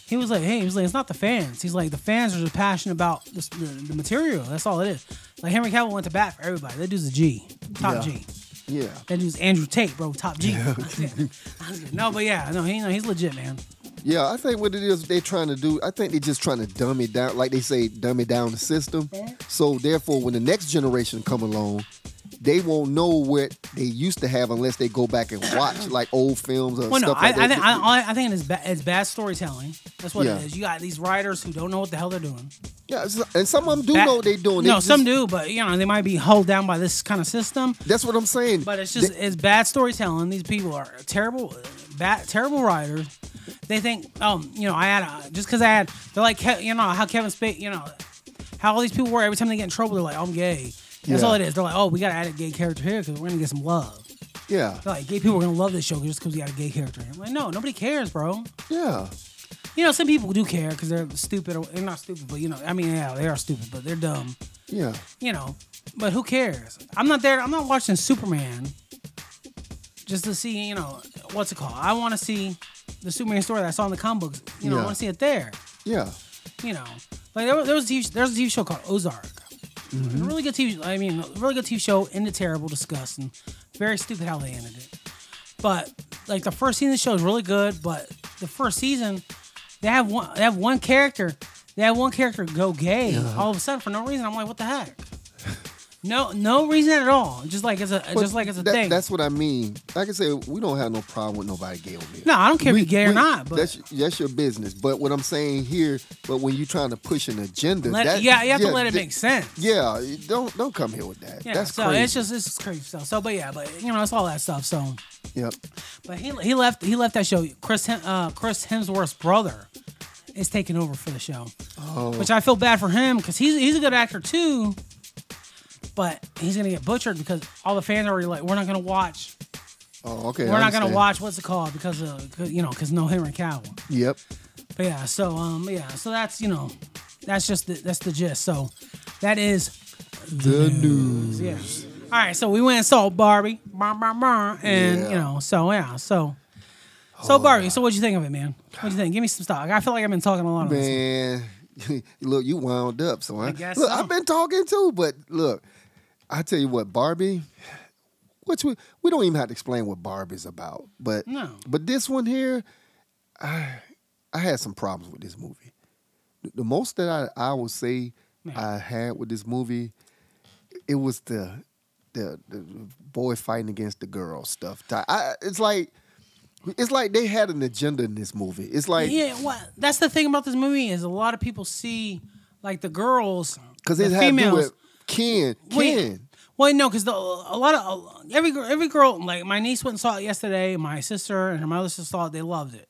he was like, hey, he was like, it's not the fans. He's like, the fans are just passionate about this, the, the material. That's all it is. Like Henry Cavill went to bat for everybody. That dude's a G, top Yeah. G. Yeah. That dude's Andrew Tate, bro, top G. no, but yeah, no, he, no, he's legit, man. Yeah. I think what it is they're trying to do, I think they're just trying to dumb it down, like they say, dumb it down the system. So therefore, when the next generation come along, they won't know what they used to have unless they go back and watch like old films or Well, no, stuff I, like I that. think I, I think it's ba- it's bad storytelling. That's what Yeah. it is. You got these writers who don't know what the hell they're doing. yeah, it's- and some of them do That- know what they're doing. They No, just- some do, but you know they might be held down by this kind of system. That's what I'm saying. But it's just They- it's bad storytelling. These people are terrible, bad, terrible writers. They think, um, you know, I had a, just because I had, they're like, Ke- you know, how Kevin Spacey, you know, how all these people were. Every time they get in trouble, they're like, I'm gay. That's Yeah. all it is. They're like, oh, we gotta add a gay character here because we're gonna get some love. yeah. They're like, gay people are gonna love this show just because we got a gay character. I'm like, no, nobody cares, bro. Yeah. You know, some people do care because they're stupid. Or, they're not stupid, but you know, I mean, yeah, they are stupid, but they're dumb Yeah. you know, but who cares? I'm not there. I'm not watching Superman just to see, you know, what's it called? I want to see the Superman story that I saw in the comic books. You know, Yeah. I want to see it there. Yeah. You know, like there, was- there was a TV, sh- there's a TV show called Ozark. A Mm-hmm. really good TV. I mean, a really good TV show. Ended terrible, disgusting, very stupid how they ended it. But like the first season of the show is really good, but the first season they have one they have one character they have one character go gay all of a sudden for no reason. I'm like, what the heck? No, no reason at all. Just like it's a But just like it's a that- thing. That's what I mean. Like I said, we don't have no problem with nobody gay over here. no, I don't care We- if you're gay or we- not, but that's that's your business. But what I'm saying here, but when you're trying to push an agenda, let, that, yeah, you have to let it that- make sense. Yeah, don't don't come here with that. Yeah, that's so crazy. it's just it's just crazy stuff. So, but yeah, but you know, it's all that stuff. So, yep. but he he left he left that show. Chris Hem- uh, Chris Hemsworth's brother is taking over for the show, Oh. which I feel bad for him because he's he's a good actor too, but he's gonna get butchered because all the fans are already like, we're not gonna watch, Oh, okay. we're I not gonna understand. watch what's it called because of 'cause, you know because no Henry Cavill. Yep. But yeah, so um yeah, so that's you know, that's just the, that's the gist. So that is The news. Yeah. All right, so we went and saw Barbie, bah, bah, bah, and Yeah. you know, so yeah, so so Barbie. So what'd you think of it, man? What'd you think? Give me some stock. I feel like I've been talking a lot. on this. Man, look, you wound up. So I, guess look, so. I've been talking too, but look, I tell you what, Barbie. Which we, we don't even have to explain what Barbie's about, but No. but this one here, I I had some problems with this movie. The, the most that I I would say Yeah. I had with this movie, it was the the, the boy fighting against the girl stuff. I- I, it's like it's like they had an agenda in this movie. It's like yeah, what? That's the thing about this movie is a lot of people see like the girls Because the it had to do with Ken. Ken. Wait. Well, no, because a lot of every girl, every girl, like my niece went and saw it yesterday. My sister and my other sister saw it. They loved it.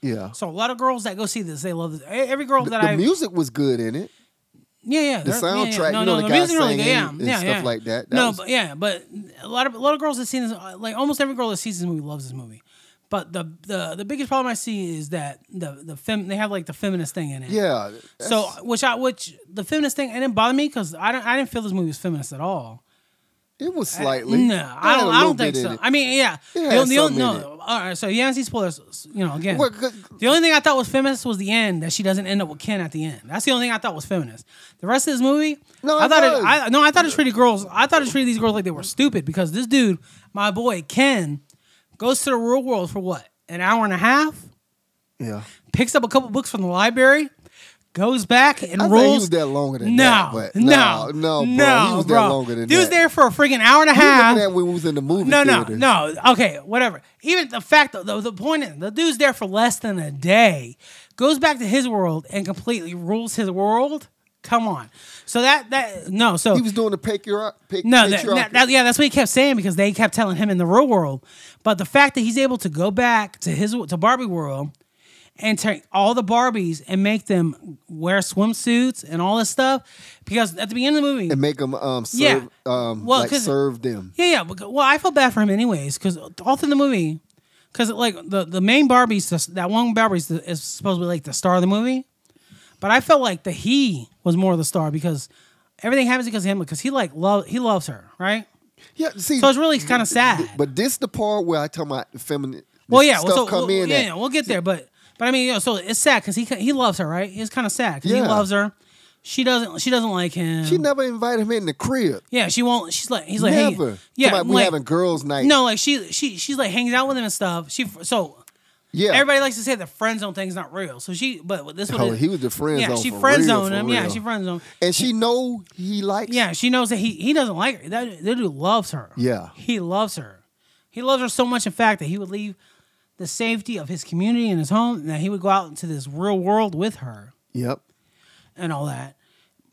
Yeah. So a lot of girls that go see this, they love this. E- Every girl The, that the I music was good in it. Yeah, yeah. The they're- yeah, yeah. soundtrack, No, you no, know, the the guy music really good, singing yeah, and yeah, stuff yeah. like that. That no, was- but yeah, but a lot of a lot of girls that see this, uh, like almost every girl that sees this movie loves this movie. But the the the biggest problem I see is that the the fem they have like the feminist thing in it. Yeah. that's- So which I which the feminist thing it didn't bother me because I don't I didn't feel this movie was feminist at all. it was slightly. no, It I had a don't I little don't think bit in so. it. I mean, yeah, It the, had the only, something in no, all right. So you haven't seen spoilers, you know. Again, Well, 'cause- the only thing I thought was feminist was the end that she doesn't end up with Ken at the end. That's the only thing I thought was feminist. The rest of this movie, No, I it thought was. I, no, I thought it treated girls. I thought it treated these girls like they were stupid because this dude, my boy Ken, goes to the real world for what an hour and a half, yeah. picks up a couple books from the library. Goes back and I think rules. he was there longer than no, that, but no, no, no, bro. He was there bro. longer than He was that. there for a freaking hour and a We were half. looking at when we was in the movie No, no, theater. no. Okay, whatever. Even the fact that the, the point is, the dude's there for less than a day, goes back to his world and completely rules his world. Come on. So that that no. So He was doing the patriarch. Pick, no, that, patriarchy. that, that- yeah, that's what he kept saying because they kept telling him in the real world. But the fact that he's able to go back to his to Barbie world and take all the Barbies and make them wear swimsuits and all this stuff, because at the beginning of the movie, and make them um Yeah. serve um Well, like 'cause- serve them. yeah, yeah. But, well, I felt bad for him anyways because all through the movie, because like the the main Barbie's the, that one Barbie's the, is supposed to be like the star of the movie, but I felt like the he was more the star because everything happens because of him because he like love he loves her right. Yeah, see, So it's really kind of sad. but this the part where I tell my feminine well, yeah. stuff well, so, come well, in. yeah, that- yeah, we'll get there, but but I mean, you know, so it's sad because he he loves her right. It's kind of sad 'cause he Yeah. loves her. She doesn't. She doesn't like him. She never invited him in the crib. Yeah, she won't. She's like, he's like, never. hey, yeah, Somebody- we like- having girls' night. No, like she she she's like hangs out with him and stuff. She so yeah, Everybody likes to say the friend zone thing's not real. So she, but what- this one, Oh, is- he was the friend yeah, zone she for friend real, zoned for him. Yeah, real. she friend zoned. and she know he likes. Yeah, she knows that he he doesn't like her. That, that dude loves her. Yeah. he loves her. He loves her so much, in fact, that he would leave the safety of his community and his home, and that he would go out into this real world with her Yep. and all that.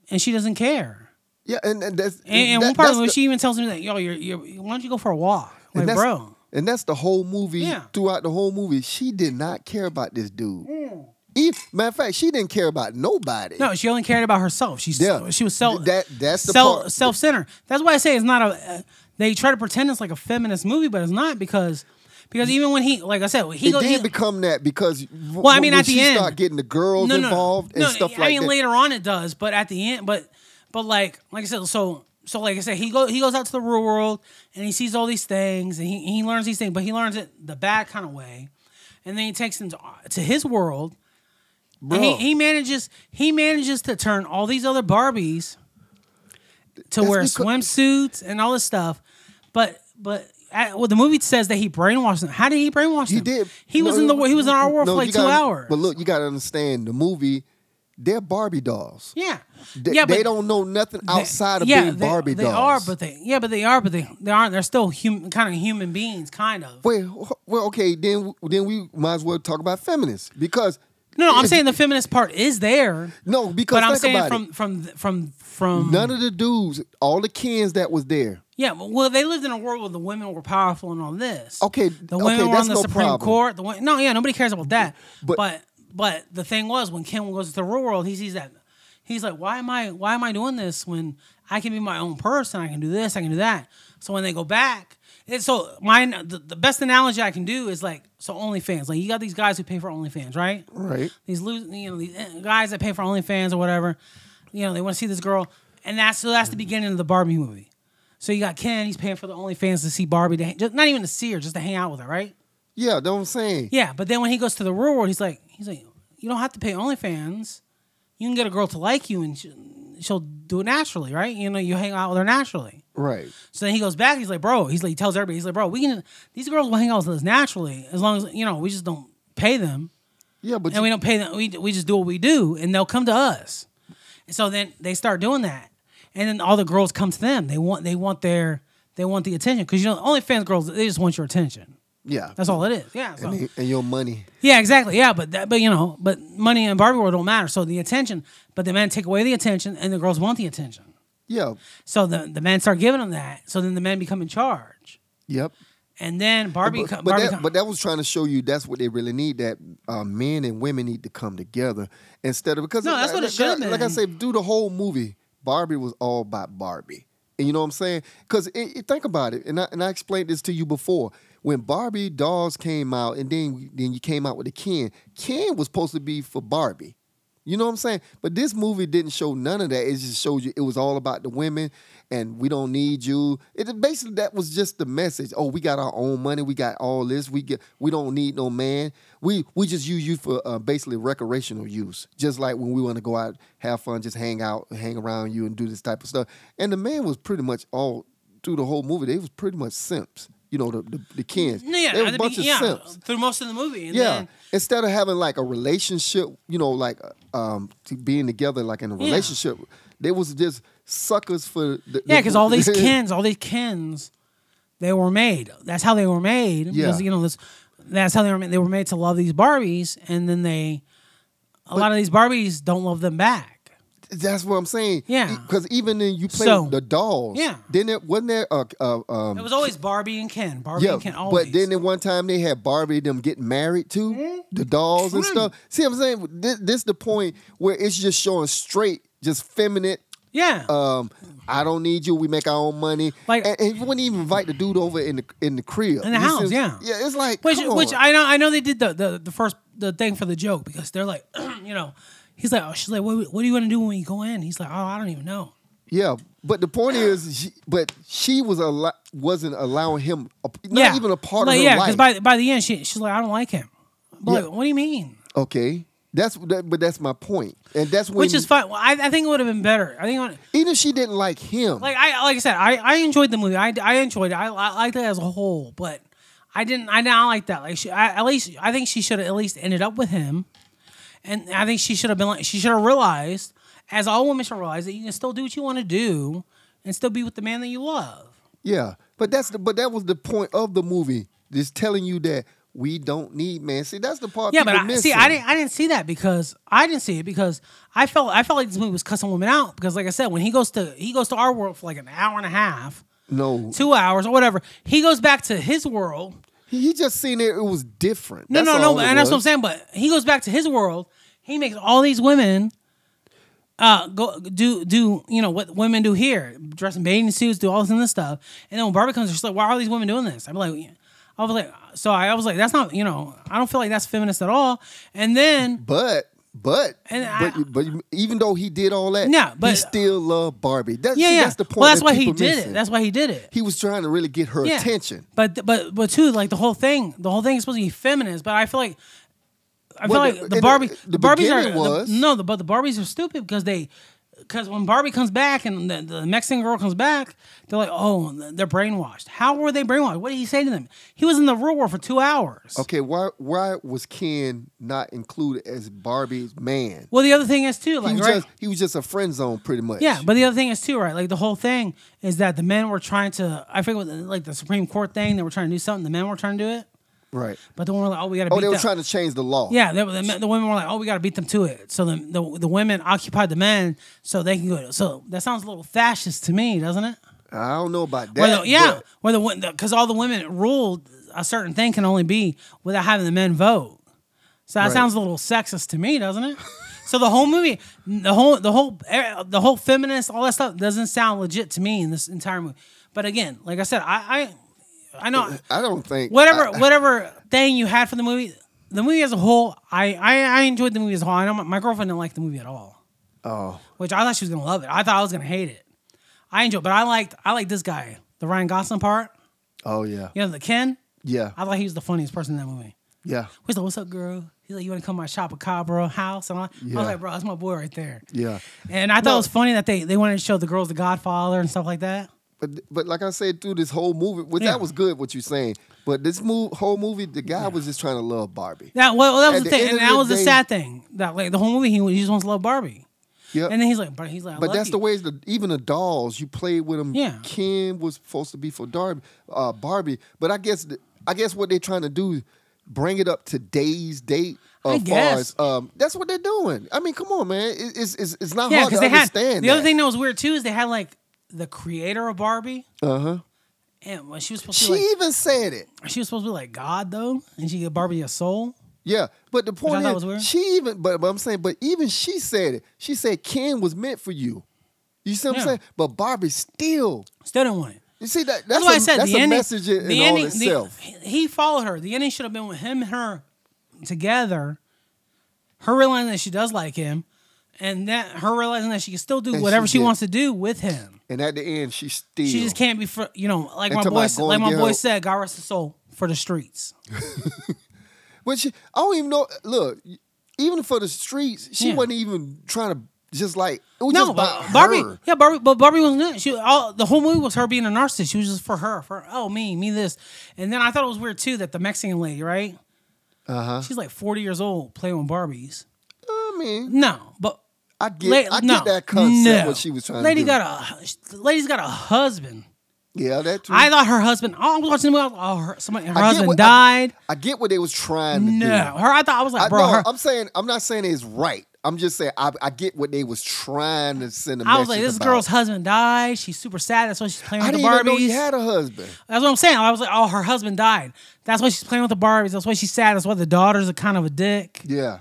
And she doesn't care. Yeah, and, and that's And, and that- one part of that's the, the- she even tells him that, yo, you're, you're why don't you go for a walk, and like, that's, bro? And that's the whole movie. Yeah. Throughout the whole movie, she did not care about this dude. E- matter of fact, she didn't care about nobody. Mm. No, she only cared about herself. She's Yeah. she was self That- that's the part- self centered. That's why I say it's not a. Uh, they try to pretend it's like a feminist movie, but it's not because because even when he like I said he It go- he- did become that because well, I mean, when at the she end- start getting the girls involved and stuff I like mean, that. later on it does, but at the end, but but like like I said, so so like I said, he go he goes out to the real world and he sees all these things and he, he learns these things, but he learns it the bad kind of way, and then he takes him to, to his world. Bro. And he, he manages he manages to turn all these other Barbies to That's wear because- swimsuits and all this stuff, but but at, well, the movie says that he brainwashed them. How did he brainwash them? He did. He was No, in the he was in our world no, for like you 2 gotta- hours. But look, you got to understand the movie. They're Barbie dolls. yeah, They, yeah, but they don't know nothing they- outside of yeah, being they- Barbie they dolls. are, but they yeah, but they are, but they they aren't. They're still human, kind of human beings, kind of. Wait, wh- well, okay, then then we might as well talk about feminists because No, no, I'm saying the feminist part is there. no, because But I'm think saying about from, from from from it. None of the dudes, all the kids that was there. yeah. Well, they lived in a world where the women were powerful and all this. Okay, the women okay, were that's on the no Supreme problem. Court. The wo- no, yeah, nobody cares about that. But- But, but the thing was, when Kim goes to the real world, he sees that he's like, why am I why am I doing this when I can be my own person? I can do this. I can do that. So when they go back, and so my the, the best analogy I can do is like so OnlyFans. Like you got these guys who pay for OnlyFans, right? Right. These lose, you know, these eh, guys that pay for OnlyFans or whatever, you know, they want to see this girl, and that's so that's the beginning of the Barbie movie. So you got Ken, he's paying for the OnlyFans to see Barbie, to, hang- just, not even to see her, just to hang out with her, right? Yeah, that's what I'm saying. Yeah, but then when he goes to the real world, he's like, he's like, you don't have to pay OnlyFans. You can get a girl to like you, and she, she'll do it naturally, right? You know, you hang out with her naturally. Right. So then he goes back. He's like, bro. He's like, he tells everybody, he's like, bro, we can. These girls will hang out with us naturally as long as you know we just don't pay them Yeah, but and we don't pay them. We, we just do what we do, and they'll come to us. And so then they start doing that, and then all the girls come to them. They want they want their they want the attention because you know OnlyFans girls they just want your attention. yeah, That's all it is. Yeah. So. and, they- and your money. Yeah, exactly. Yeah, but that, but you know, but money and Barbie world don't matter. So the attention, but the men take away the attention, and the girls want the attention. Yeah. So the the men start giving them that. So then the men become in charge, Yep. and then Barbie. co- but, Barbie that, co- but that was trying to show you that's what they really need that uh, men and women need to come together instead of because No, that's like, what it should've like, like I been. say, do the whole movie. Barbie was all about Barbie, and you know what I'm saying? Because think about it, and I, and I explained this to you before. When Barbie dolls came out, and then then you came out with the Ken. Ken was supposed to be for Barbie. You know what I'm saying? But this movie didn't show none of that. It just showed you it was all about the women and we don't need you. It basically that was just the message. Oh, we got our own money. We got all this. We get we don't need no man. We we just use you for uh, basically recreational use. Just like when we want to go out, have fun, just hang out, hang around you and do this type of stuff. And the man was pretty much all through the whole movie. They was pretty much simps. You know the the, the kids. No, yeah, they at was the a bunch of begin- yeah, simps. through most of the movie. And Yeah. Then, Instead of having like a relationship, you know, like um to being together like in a relationship, they was just suckers for the, Yeah, because all these Kens, all these Kens, they were made. That's how they were made. Yeah. Because, you know, that's, that's how they were made. They were made to love these Barbies, and then they, a lot of these Barbies don't love them back. That's what I'm saying. Yeah. Because even then you play So- with the dolls. Yeah. Then it wasn't there uh, uh, um It was always Barbie and Ken. Barbie yeah, and Ken always. Mm-hmm. but then at one time they had Barbie them getting married to the dolls and stuff. See, what I'm saying this, this the point where it's just showing straight, just feminine yeah. um, I don't need you. We make our own money. Like- Like, and, and you wouldn't even invite the dude over in the in the crib In the You house, see- yeah. yeah. It's like which come on. which I know I know they did the, the the first the thing for the joke because they're like you know he's like oh she's like what what do you want to do when you go in he's like oh I don't even know yeah. But the point is, she, but she was allo- wasn't allowing him, a, not yeah even a part Like, of her yeah life. by by the end she she's like I don't like him I'm Yeah. like what do you mean okay, that's that, but that's my point, and that's when which is fine well, I I think it would have been better I think it would- even if she didn't like him. like I like I said I I enjoyed the movie I I enjoyed it I, I liked it as a whole but. I didn't. I not like that. Like she, I, at least I think she should have at least ended up with him, and I think she should have been like she should have realized, as all women should realize, that you can still do what you want to do and still be with the man that you love. Yeah, but that's the but that was the point of the movie, just telling you that we don't need man. See, that's the part. Yeah, people but I, miss see, I didn't. I didn't see that because I didn't see it because I felt I felt like this movie was cussing women out because, like I said, when he goes to he goes to our world for like an hour and a half, No, two hours or whatever, he goes back to his world. he, he just seen it. It was different. No, That's no, no. all it And that's what I'm was. saying. But he goes back to his world. He makes all these women uh, go do do you know what women do here? Dress in bathing suits, do all this and this stuff. And then when Barbie comes, she's like, "Why are all these women doing this?" I'm like, I was like, so I, I was like, that's not you know, I don't feel like that's feminist at all. And then But but And but, I- you- but you- even though he did all that, Yeah, he but- still loved Barbie. That's, yeah, see, yeah, that's the point. well, that's that why he people did missing. it. That's why he did it. he was trying to really get her attention. But but but too like the whole thing, the whole thing is supposed to be feminist. But I feel like I feel Well, like the- the, in the- Barbie, the, the Barbies are beginning was- the- no, the, but the Barbies are stupid because they because when Barbie comes back and the, the Mexican girl comes back, they're like, oh, they're brainwashed. How were they brainwashed? What did he say to them? He was in the real world for two hours. Okay, why why was Ken not included as Barbie's man? Well, the other thing is too, he like, was right? just he was just a friend zone pretty much. yeah, but the other thing is too, right? Like the whole thing is that the men were trying to. I forget what, the- like the Supreme Court thing. They were trying to do something. The men were trying to do it, right. but the women were like, oh, we got to. Oh, beat they were them. trying to change the law. Yeah, they, were- the, men- the women were like, "Oh, we got to beat them to it." So the, the the women occupied the men, so they can go. So that sounds a little fascist to me, doesn't it? I don't know about that. Where the, yeah, but- where the because all the women ruled a certain thing can only be without having the men vote. So that Right. sounds a little sexist to me, doesn't it? so the whole movie, the whole the whole eh, the whole feminist, all that stuff doesn't sound legit to me in this entire movie. But again, like I said, I I, I know I don't think whatever I- whatever thing you had for the movie, the movie as a whole, I I, I enjoyed the movie as a whole. I know my, my girlfriend didn't like the movie at all, oh, which I thought she was gonna love it. I thought I was gonna hate it. I enjoyed, but I liked I liked this guy, the Ryan Gosling part. oh yeah. You know the Ken. Yeah. I thought he was the funniest person in that movie. Yeah. He's like, "What's up, girl?" He's like, "You want to come to my shop Cabra house?" And I, I Yeah. was like, "Bro, that's my boy right there." Yeah. And I thought it No. was funny that they they wanted to show the girls The Godfather and stuff like that. But but like I said through this whole movie, well, Yeah. that was good what you're saying. But this move, whole movie, the guy was just trying to love Barbie. That well, that was At the the thing, end and of that the was the day- sad thing. That like the whole movie, he, he just wants to love Barbie. Yeah. And then he's like, but he's like, I But love that's you. the way the, even the dolls you played with them. Yeah. Ken was supposed to be for Darby, uh, Barbie. But I guess th- I guess what they're trying to do, is bring it up to today's date. I As guess. far as um, that's what they're doing. I mean, come on, man. It- it's it's, it's not Yeah, hard to because they had understand. the other thing that was weird too is they had like the creator of Barbie, Uh huh. and well, she was supposed She to be even said it. like, she was supposed to be like God though, and she gave Barbie a soul. Yeah, but the point thought is, was weird. she even. But, but I'm saying, but even she said it. She said Ken was meant for you. You see what Yeah. I'm saying? But Barbie still. Still didn't want it. You see that? That's, That's, why a, I said that's the a ending. message in, the in all ending. the- itself. he followed her. The ending should have been with him and her together. Her realizing that she does like him, and that her realizing that she can still do And whatever she she did. wants to do with him. and at the end, she still. She just can't be for you know like And my talking boy about said- going like my get boy her- said, God rest his soul for the streets. But she, I don't even know. Look, even for the streets, she Yeah. wasn't even trying to. Just like it was No, just about but Barbie. her. Yeah, Barbie. But Barbie wasn't it. She all the whole movie was her being a narcissist. She was just for her, for oh me, me this. And then I thought it was weird too that the Mexican lady, right? Uh Uh-huh. huh. She's like forty years old playing with Barbies. I mean, No, but I get, la- I get no, that concept no. what she was trying Lady to do. got a hu- lady's got a husband. yeah, that too. I thought her husband. Oh, I was watching the movie. I was like, Oh, her, somebody, her I get husband what- I- died. I, get what they was trying to no, do. her. I thought I was like, I, bro. no, her, I'm saying I'm not saying it's right. I'm just saying I, I get what they was trying to send a message I was like, this about. girl's husband died. She's super sad. That's why she's playing I with didn't the Barbies. even know he had a husband. That's what I'm saying. I was like, oh, her husband died. That's why she's playing with the Barbies. That's why she's sad. That's why the daughter's a kind of a dick. Yeah,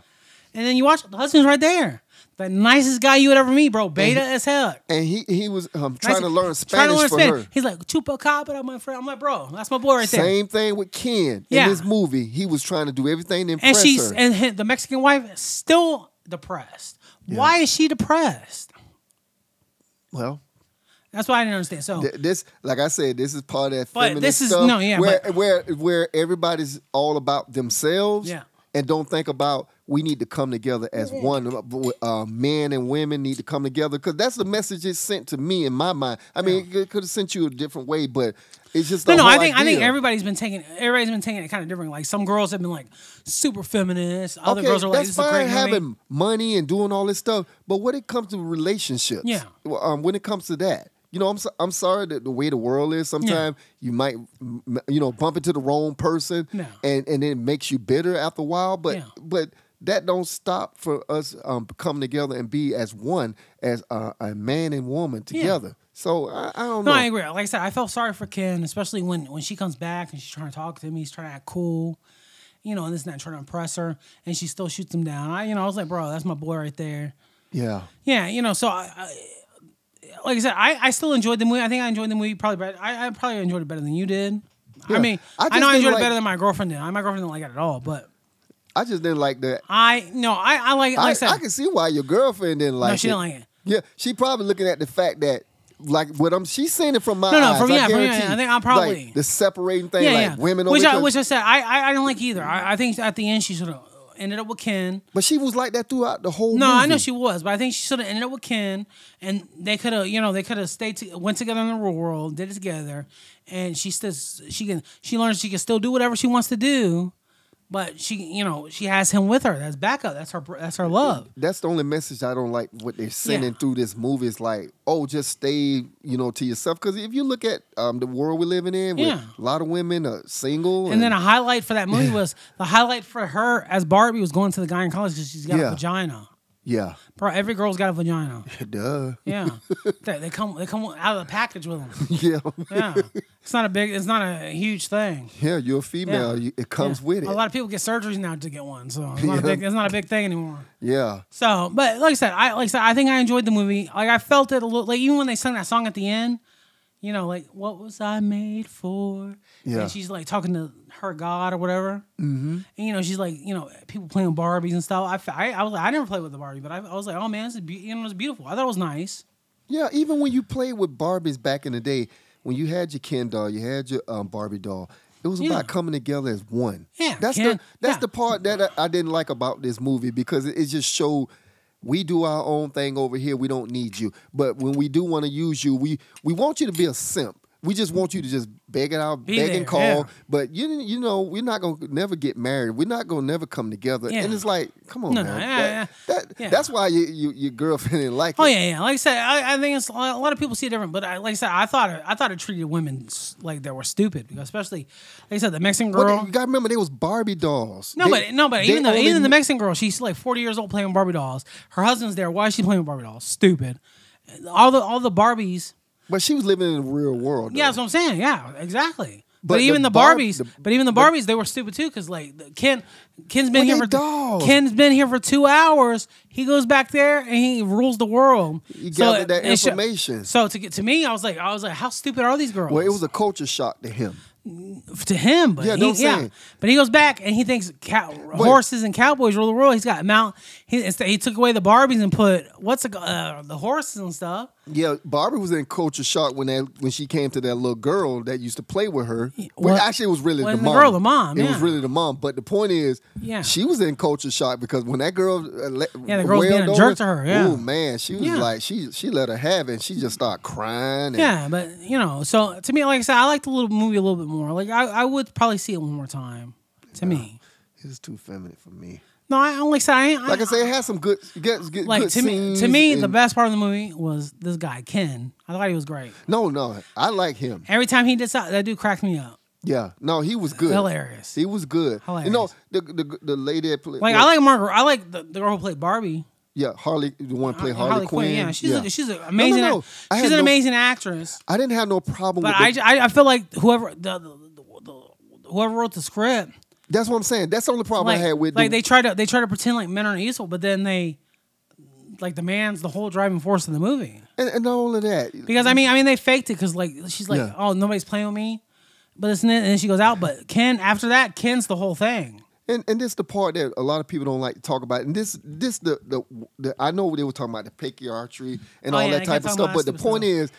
And then you watch the husband's right there. The nicest guy you would ever meet, bro. Beta as hell. and he he was um, trying Nice- to learn Spanish trying to learn for Spanish. her. He's like, chupacabra, my friend. I'm like, bro, that's my boy right there. Same thing with Ken Yeah. in this movie. He was trying to do everything to And impress she's her. and hi- the Mexican wife is still depressed. Why is she depressed? well, That's what I didn't understand. So th- this like I said, this is part of that But feminist this is- stuff no, yeah, where but- where where everybody's all about themselves. Yeah. And don't think about we need to come together as one. Uh, men and women need to come together because that's the message it sent to me in my mind. I mean, it could have sent you a different way, but it's just No, the no, whole I think I think idea. everybody's been taking everybody's been taking it kind of different. Like some girls have been like super feminist. Other okay, girls are like, that's this is a fine great movie. having money and doing all this stuff, but when it comes to relationships, Yeah. well, um, when it comes to that, you know, I'm so, I'm sorry that the way the world is, sometimes you might, mm, you know, bump into the wrong person, Yeah. and and it makes you bitter after a while, but Yeah. but. That don't stop for us um, coming together and be as one as uh, a man and woman together. So I, I don't No, know. I agree. Like I said, I felt sorry for Ken, especially when when she comes back and she's trying to talk to him. He's trying to act cool, you know, and this and that, trying to impress her, and she still shoots him down. I, you know, I was like, bro, that's my boy right there. yeah, Yeah, you know, so I, I like I said, I, I still enjoyed the movie. I think I enjoyed the movie probably better. I, I probably enjoyed it better than you did. I Yeah. mean, I I, just know I didn't enjoyed like- it better than my girlfriend did. I- My girlfriend didn't like it at all, but I just didn't like that. I no, I, I like it. Like I, I, said, I can see why your girlfriend didn't like it. she didn't like it. Yeah, she probably looking at the fact that, like, what I'm she's seeing it from my No, no, eyes. from- I yeah, from- yeah, guarantee. I think I'm Like, probably- the separating thing, like women which only. I, could- which I said I I, I don't like either. I, I think at the end she should have ended up with Ken. But she was like that throughout the whole. No, I know movie. she was, but I think she should have ended up with Ken, and they could have, you know, they could have stayed, to, went together in the real world, did it together, and she still, she can, she learns she can still do whatever she wants to do, but she, you know, she has him with her. That's backup. That's her. That's her love. That's the only message I don't like what they're sending Yeah. through this movie is like, oh, just stay, you know, to yourself. Because if you look at um, the world we're living in, with Yeah. a lot of women are single, And then a highlight for that movie was the highlight for her as Barbie was going to the guy in college because she's got Yeah. a vagina. yeah, Bro, every girl's got a vagina. duh, Yeah, they, they come they come out of the package with them. yeah, Yeah, it's not a big, it's not a huge thing. yeah. You're a female. Yeah. You, it comes Yeah. with it. A lot of people get surgeries now to get one, so it's not, a, Yeah. big, it's not a big thing anymore. yeah, So, but like I said, I like I said, I think I enjoyed the movie. Like I felt it a little, like even when they sung that song at the end, you know, like what was I made for? Yeah. And she's like talking to her god or whatever. Mm-hmm. And you know, she's like, you know, people playing Barbies and stuff. I, fe- I, I was like, I never played with the Barbie, but I, I was like, oh man, this is be- you know, it's beautiful. I thought it was nice. yeah. Even when you played with Barbies back in the day, when you had your Ken doll, you had your um, Barbie doll. It was Yeah. about coming together as one. Yeah, that's Ken- the that's yeah. the part that I, I didn't like about this movie because it, it just showed we do our own thing over here. We don't need you, but when we do want to use you, we we want you to be a simp. We just want you to just beg it out, Be beg there, and call. yeah. But you you know we're not gonna never get married. We're not gonna never come together. Yeah. And it's like, come on, No, no, man. yeah, That- yeah. that- Yeah. That's why you, you, your girlfriend didn't like Oh it. yeah, yeah. Like I said, I, I think it's a lot a lot of people see it different, but I, like I said, I thought it, I thought it treated women s- like they were stupid because especially like I said, the Mexican But girl. you gotta remember, they was Barbie dolls. No, They- but no, but they even though only- even the Mexican girl, she's like forty years old playing with Barbie dolls. Her husband's there. Why is she playing with Barbie dolls? Stupid. All the all the Barbies. but she was living in the real world. Yeah, though. that's what I'm saying. Yeah, exactly. But, But the even the, Barb- Barbies, the- but even the Barbies, they were stupid too because like the- Ken, Ken's been Well, here they for dolls. Ken's been here for two hours. He goes back there and he rules the world. He So gathered that it- it sho- information. So to get to me, I was like, I was like, how stupid are these girls? well, it was a culture shock to him. to him, but Yeah, he, don't say yeah. it. But he goes back and he thinks cow, horses and cowboys rule the world. He's got mount. He, instead, he took away the Barbies and put what's the, uh, the horses and stuff. Yeah, Barbie was in culture shock when that when she came to that little girl that used to play with her. Well, well, actually, it was really well, the the mom. girl, the mom, It was yeah. really the mom. But the point is, Yeah. she was in culture shock because when that girl, uh, le- Yeah, the girl was being a wailed jerk over- to her, yeah. oh man, she was Yeah. like she she let her have it. and She just started crying. and- Yeah, but you know, so to me, like I said, I like the little movie a little bit more. Like I, I would probably see it one more time. To me, it's too feminine for me. no, I like I said, I, Like I said, it has some good, good, good like good to me, to scenes me, the and- best part of the movie was this guy Ken. I thought he was great. No, no, I like him. Every time he did something, that dude cracked me up. Yeah, no, he was good. Hilarious. He was good. Hilarious. You know, the the, the lady that played Like I like Margaret. I like the, the girl who played Barbie. yeah Harley the one play Uh, Harley, Quinn. Yeah, she's A, she's an no, amazing. no. act- I She's had an no- amazing actress. I didn't have no problem But with. I, the- ju- I I feel like whoever the, the, the, the- whoever wrote the script, that's what I'm saying. That's the only problem like, I had with. like the- they try to they try to pretend like men aren't useful, but then they like the man's the whole driving force of the movie. and, and not only that. Because I mean I mean they faked it because like she's like Yeah. oh nobody's playing with me, but it's and then she goes out. But Ken after that Ken's the whole thing. And and this the part that a lot of people don't like to talk about. And this this the the, the I know they were talking about the patriarchy and Oh, all yeah, they that type kept of talking stuff. about But the stupid point stuff. is,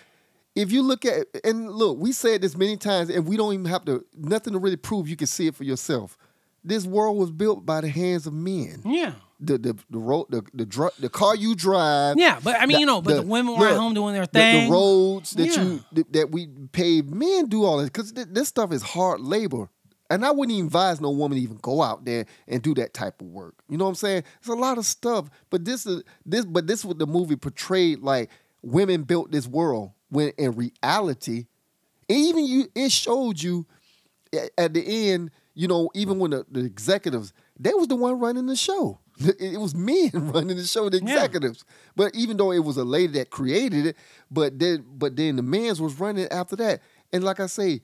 if you look at and look, we said this many times, and we don't even have to nothing to really prove. You can see it for yourself. This world was built by the hands of men. Yeah. The the the road the the, dr- the car you drive. Yeah, but I mean, you know, but the women were at home doing their the- The, thing. roads that Yeah. you th- that we pave, men do all this because this stuff is hard labor, and I wouldn't even advise no woman to even go out there and do that type of work. You know what I'm saying? It's a lot of stuff, but this is this, but this what the movie portrayed like women built this world when in reality, even you it showed you a- at the end, you know, even when the, the executives, they was the one running the show. It, it was men running the show, the Yeah. executives. But even though it was a lady that created it, but then but then the man's was running after that. And like I say,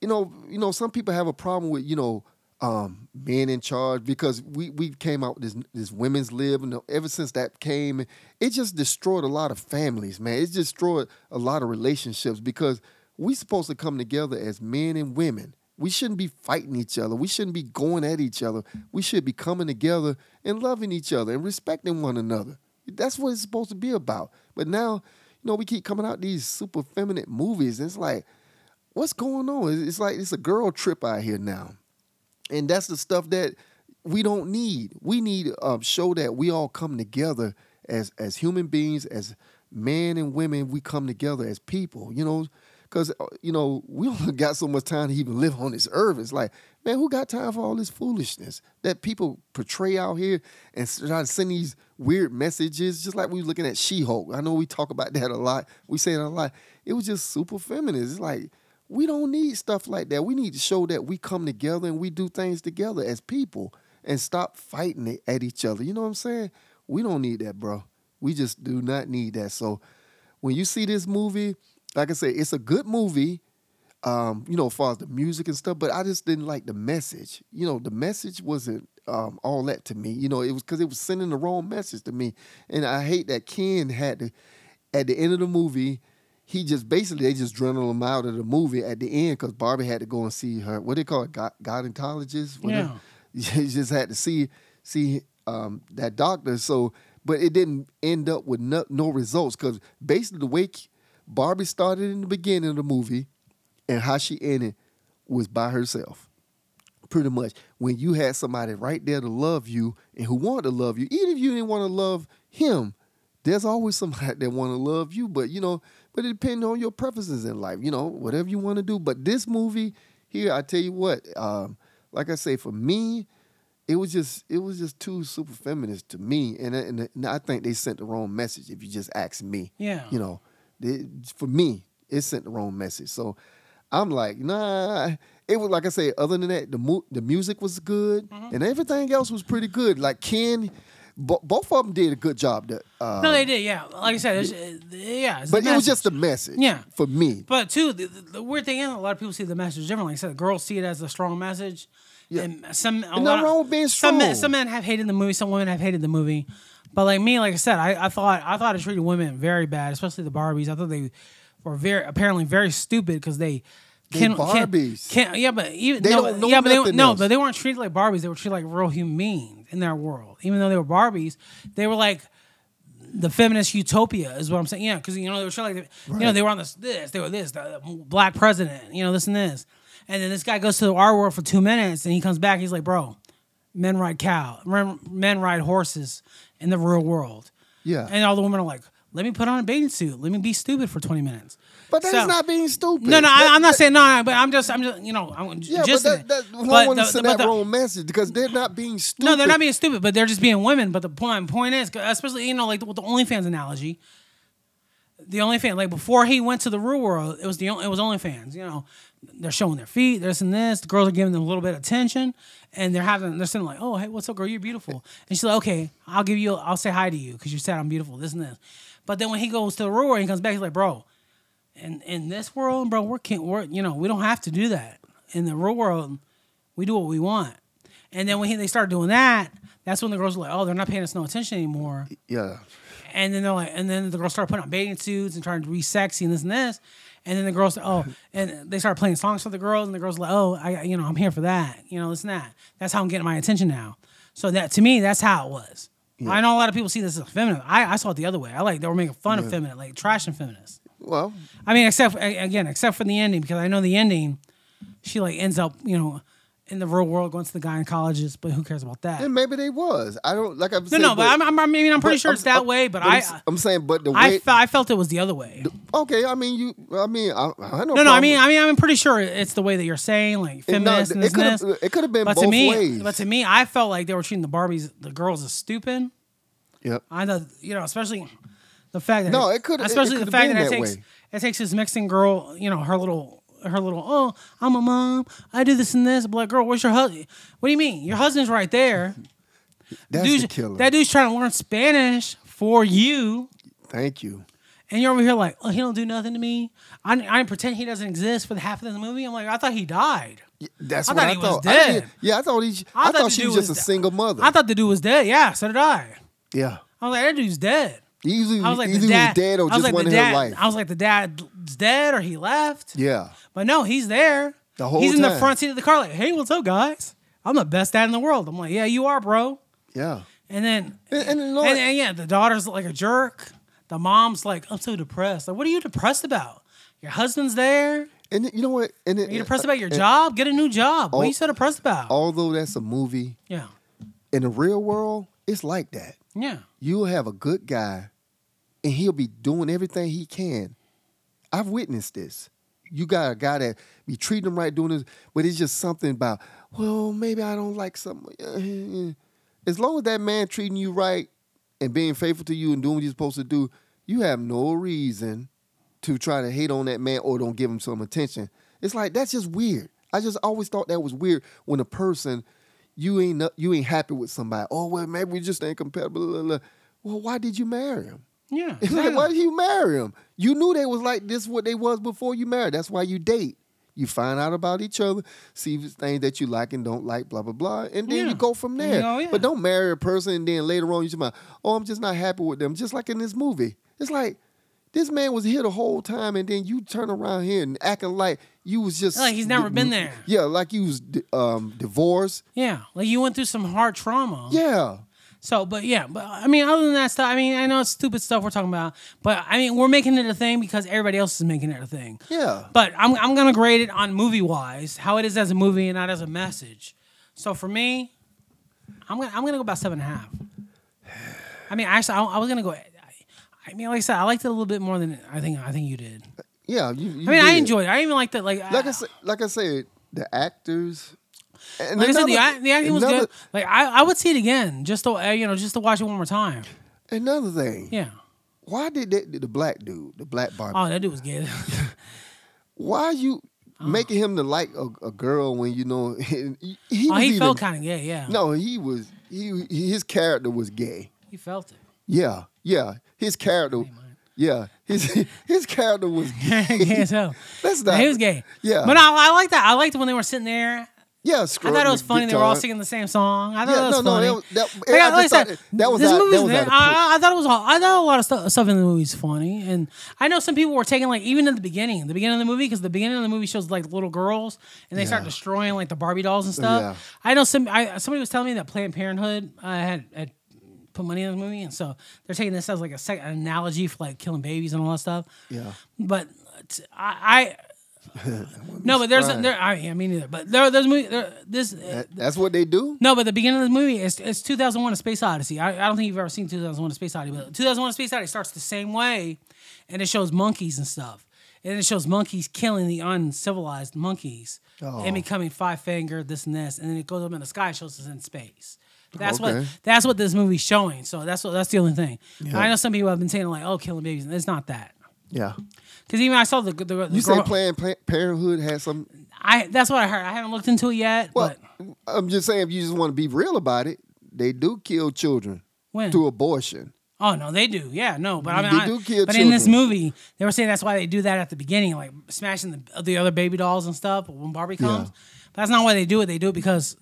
you know, you know, some people have a problem with you know um, men in charge because we we came out with this this women's lib and ever since that came, it just destroyed a lot of families, man. It destroyed a lot of relationships because we supposed to come together as men and women. We shouldn't be fighting each other. We shouldn't be going at each other. We should be coming together and loving each other and respecting one another. That's what it's supposed to be about. But now, you know, we keep coming out these super feminine movies. And it's like, what's going on? It's- It's like it's a girl trip out here now, and that's the stuff that we don't need. We need to um, show that we all come together as as human beings, as men and women. We come together as people, you know, because you know we only got so much time to even live on this earth. It's like, man, who got time for all this foolishness that people portray out here and s- try to send these weird messages? Just like we were looking at She-Hulk. I know we talk about that a lot. We say it a lot. It was just super feminist. It's like we don't need stuff like that. We need to show that we come together and we do things together as people and stop fighting it at each other. You know what I'm saying? We don't need that, bro. We just do not need that. So when you see this movie, like I say, it's a good movie. Um, you know, as far as the music and stuff, but I just didn't like the message. You know, the message wasn't um, all that to me. You know, it was because it was sending the wrong message to me, and I hate that Ken had to. At the end of the movie, he just basically they just drilled him out of the movie at the end because Barbie had to go and see her. What they call it, God, gynecologist. What they- Yeah. you just had to see see um, that doctor. So, but it didn't end up with no, no results because basically the way K- Barbie started in the beginning of the movie and how she ended was by herself, pretty much. When you had somebody right there to love you and who wanted to love you, even if you didn't want to love him, there's always somebody that want to love you. But you know, but it depends on your preferences in life. You know, whatever you want to do. But this movie here, I tell you what. Um, like I say, for me, it was just it was just too super feminist to me, and and, and I think they sent the wrong message. If you just ask me, Yeah. you know, they, for me, it sent the wrong message. So I'm like, nah. It was like I say. Other than that, the mu- the music was good, Mm-hmm. and everything else was pretty good. Like Ken, bo- both of them did a good job. To, uh, No, they did. Yeah, like I said, it's, uh, yeah. It's the but it was message. just the message. Yeah. for me. But too, the, the the weird thing is, a lot of people see the message differently. Like I said girls see it as a strong message. Yeah. And some a nothing lot of- wrong with being Some men, strong. some men have hated the movie. Some women have hated the movie. But like me, like I said, I, I thought I thought it treated women very bad, especially the Barbies. I thought they were very apparently very stupid because they. They Barbies. Can, yeah, but even They no, don't know yeah, but they, nothing no, else. but they weren't treated like Barbies. They were treated like real human beings in their world. Even though they were Barbies, they were like the feminist utopia is what I'm saying. Yeah, because you know they were trying like you know they were on this this they were this the black president you know this and this, and then this guy goes to our world for two minutes and he comes back he's like bro, men ride cow men- men ride horses in the real world. Yeah. and all the women are like let me put on a bathing suit let me be stupid for 20 minutes. But that's So- not being stupid. No, no, That- I, I'm not saying no, no, but I'm just, I'm just, you know, I'm j- Yeah, just. but that, that, but I want the- to send but that the- wrong message because they're not being stupid. no, they're not being stupid, but they're just being women. But the point, point is, especially you know, like with the OnlyFans analogy, the OnlyFans, like before he went to the real world, it was the only, it was OnlyFans. You know, they're showing their feet, this and this. The girls are giving them a little bit of attention, and they're having they're saying like, "Oh, hey, what's up, girl? You're beautiful." And she's like, "Okay, I'll give you, I'll say hi to you because you said I'm beautiful." This and this. But then when he goes to the real world, he comes back, he's like, "Bro, in in this world, bro, we're can't we're you know we don't have to do that. In the real world, we do what we want. And then when he, they start doing that, that's when the girls are like, oh, they're not paying us no attention anymore. Yeah. And then they're like, and then the girls start putting on bathing suits and trying to be sexy and this and this. And then the girls, oh, and they start playing songs for the girls, and the girls are like, oh, I, you know, I'm here for that, you know, this and that. That's how I'm getting my attention now. So that to me, that's how it was. I know a lot of people see this as feminine. I, I saw it the other way. I like they were making fun of feminine, like trashing feminists. Well, I mean, except a- again, except for the ending, because I know the ending, she like ends up, you know, in the real world going to the gynecologist, but who cares about that? and maybe they was. I don't like. I'm no, saying, no, but I'm, I'm, I mean, I'm pretty but sure I'm- it's that I'm- way, but, I'm, I, s- I'm saying, but the I, way. fe- I felt it was the other way. okay, I mean, you. I mean, I, I had no. No, no, I problem mean, with- I mean, I'm pretty sure it's the way that you're saying, like It- no, feminist it and this and could've- this. it could've been but to both me, ways. But to me, I felt like they were treating the Barbies, the girls, as stupid. Yep. I know, you know, especially the fact that No, it could- it- it especially the could've fact been that, that it takes way. it takes this Mexican girl, you know, her little her little oh, I'm a mom, I do this and this. But like, girl, where's your husband? What do you mean? Your husband's right there. That's Dude's- the killer. That dude's trying to learn Spanish for you. Thank you. And you're over here like, oh, he don't do nothing to me. I, I pretend he doesn't exist for the half of this movie. I'm like, I thought he died. That's I what thought I he was thought. I didn't- dead. yeah, I thought he. I, the thought she dude was just a single mother. I thought the dude was dead. Yeah, so did I. Yeah. I was like, that dude's dead. Either, I was like, either the he dad, was dead or I was just like, the wanted dad, her life. I was like, the dad's dead or he left. yeah. But no, he's there. The whole he's in the time. front seat of the car, like, hey, what's up, guys? I'm the best dad in the world. I'm like, yeah, you are, bro. Yeah. And then, And- and the Lord- and, and yeah, the daughter's like a jerk. The mom's like, I'm so depressed. Like, what are you depressed about? Your husband's there. And you know what? And it, Oh. Are you depressed about your job? Get a new job. What are you so depressed about? although that's a movie, yeah. in the real world, it's like that. Yeah. You'll have a good guy, and he'll be doing everything he can. I've witnessed this. You got a guy that be treating him right, doing this, but it's just something about, well, maybe I don't like something. As long as that man treating you right and being faithful to you and doing what you're supposed to do, you have no reason to try to hate on that man or don't give him some attention. It's like that's just weird. I just always thought that was weird when a person you ain't no- you ain't happy with somebody. Oh well, maybe we just ain't compatible. blah, blah, blah. Well, why did you marry him? Yeah. It's like, exactly. why did you marry him? You knew they was like this what they was before you married. That's why you date. You find out about each other, see if it's things that you like and don't like, blah blah blah, and then Yeah. you go from And you there. go, yeah. But don't marry a person and then later on you just like, oh, I'm just not happy with them. Just like in this movie, it's like this man was here the whole time, and then you turn around here and acting like you was just Like he's never been there. Yeah, like you was um, divorced. Yeah. Like you went through some hard trauma. Yeah, So, but yeah, but I mean, other than that stuff, I mean, I know it's stupid stuff we're talking about, but I mean, we're making it a thing because everybody else is making it a thing. yeah. But I'm, I'm gonna grade it on movie wise, how it is as a movie and not as a message. So for me, I'm gonna I'm gonna go about seven and a half. I mean, actually, I, I was gonna go. I, I mean, like I said, I liked it a little bit more than I think I think you did. Yeah, you, you I mean, I did. enjoyed. it. I even liked it. Like, Like I said, like I said, the actors. And like I said, the, another- act- the acting was another, good. Like I, I would see it again just to uh, you know just to watch it one more time. Another thing, Yeah. why did that, the black dude, the black barber, Oh, that dude was good. why you making him to like a, a girl when you know he, he Oh. oh, was he even, felt kind of gay. Yeah. no, he was he his character was gay. He felt it. Yeah, yeah, his character, yeah, his his character was gay gay. as hell. That's Yeah, not he was gay. Yeah. But I, I like that. I liked when they were sitting there. Yeah, I scrubbing thought it was the funny. They were all guitar. singing the same song. I thought Yeah, that no, was no, funny. that was- that- Like, I just like I thought said, that- that was this out- that movie's- was out of I, I- I thought it was. all- I thought a lot of stuff, stuff in the movie was funny, and I know some people were taking like even at the beginning, the beginning of the movie, because the beginning of the movie shows like little girls and they start Yeah. destroying like the Barbie dolls and stuff. Yeah. I know some. I somebody was telling me that Planned Parenthood uh, had. had Put money in the movie, and so they're taking this as like a sec- an analogy for like killing babies and all that stuff. Yeah. But t- I, I no, but there's a, crying. there. I, I mean, neither. But there, there's a movie. There, this That- that's what they do. no, but the beginning of the movie it's it's 2001: A Space Odyssey. I, I don't think you've ever seen 2001: A Space Odyssey, but 2001: A Space Odyssey starts the same way, and it shows monkeys and stuff, and it shows monkeys killing the uncivilized monkeys Oh. and becoming five fingered, this and this, and then it goes up in the sky, and shows us in space. That's what Okay. that's what this movie's showing. So that's what that's the only thing. Yeah. I know some people have been saying like, "Oh, killing babies." It's not that. Yeah, Because even I saw the the, the you say girl- Planned Pla- Parenthood has some I that's what I heard. I haven't looked into it yet. Well, but I'm just saying, if you just want to be real about it, they do kill children when? through abortion. Oh no, they do. Yeah, no, but I mean, They I- do kill but in this children. movie, they were saying that's why they do that at the beginning, like smashing the the other baby dolls and stuff when Barbie comes. But that's not why they do it. They do it because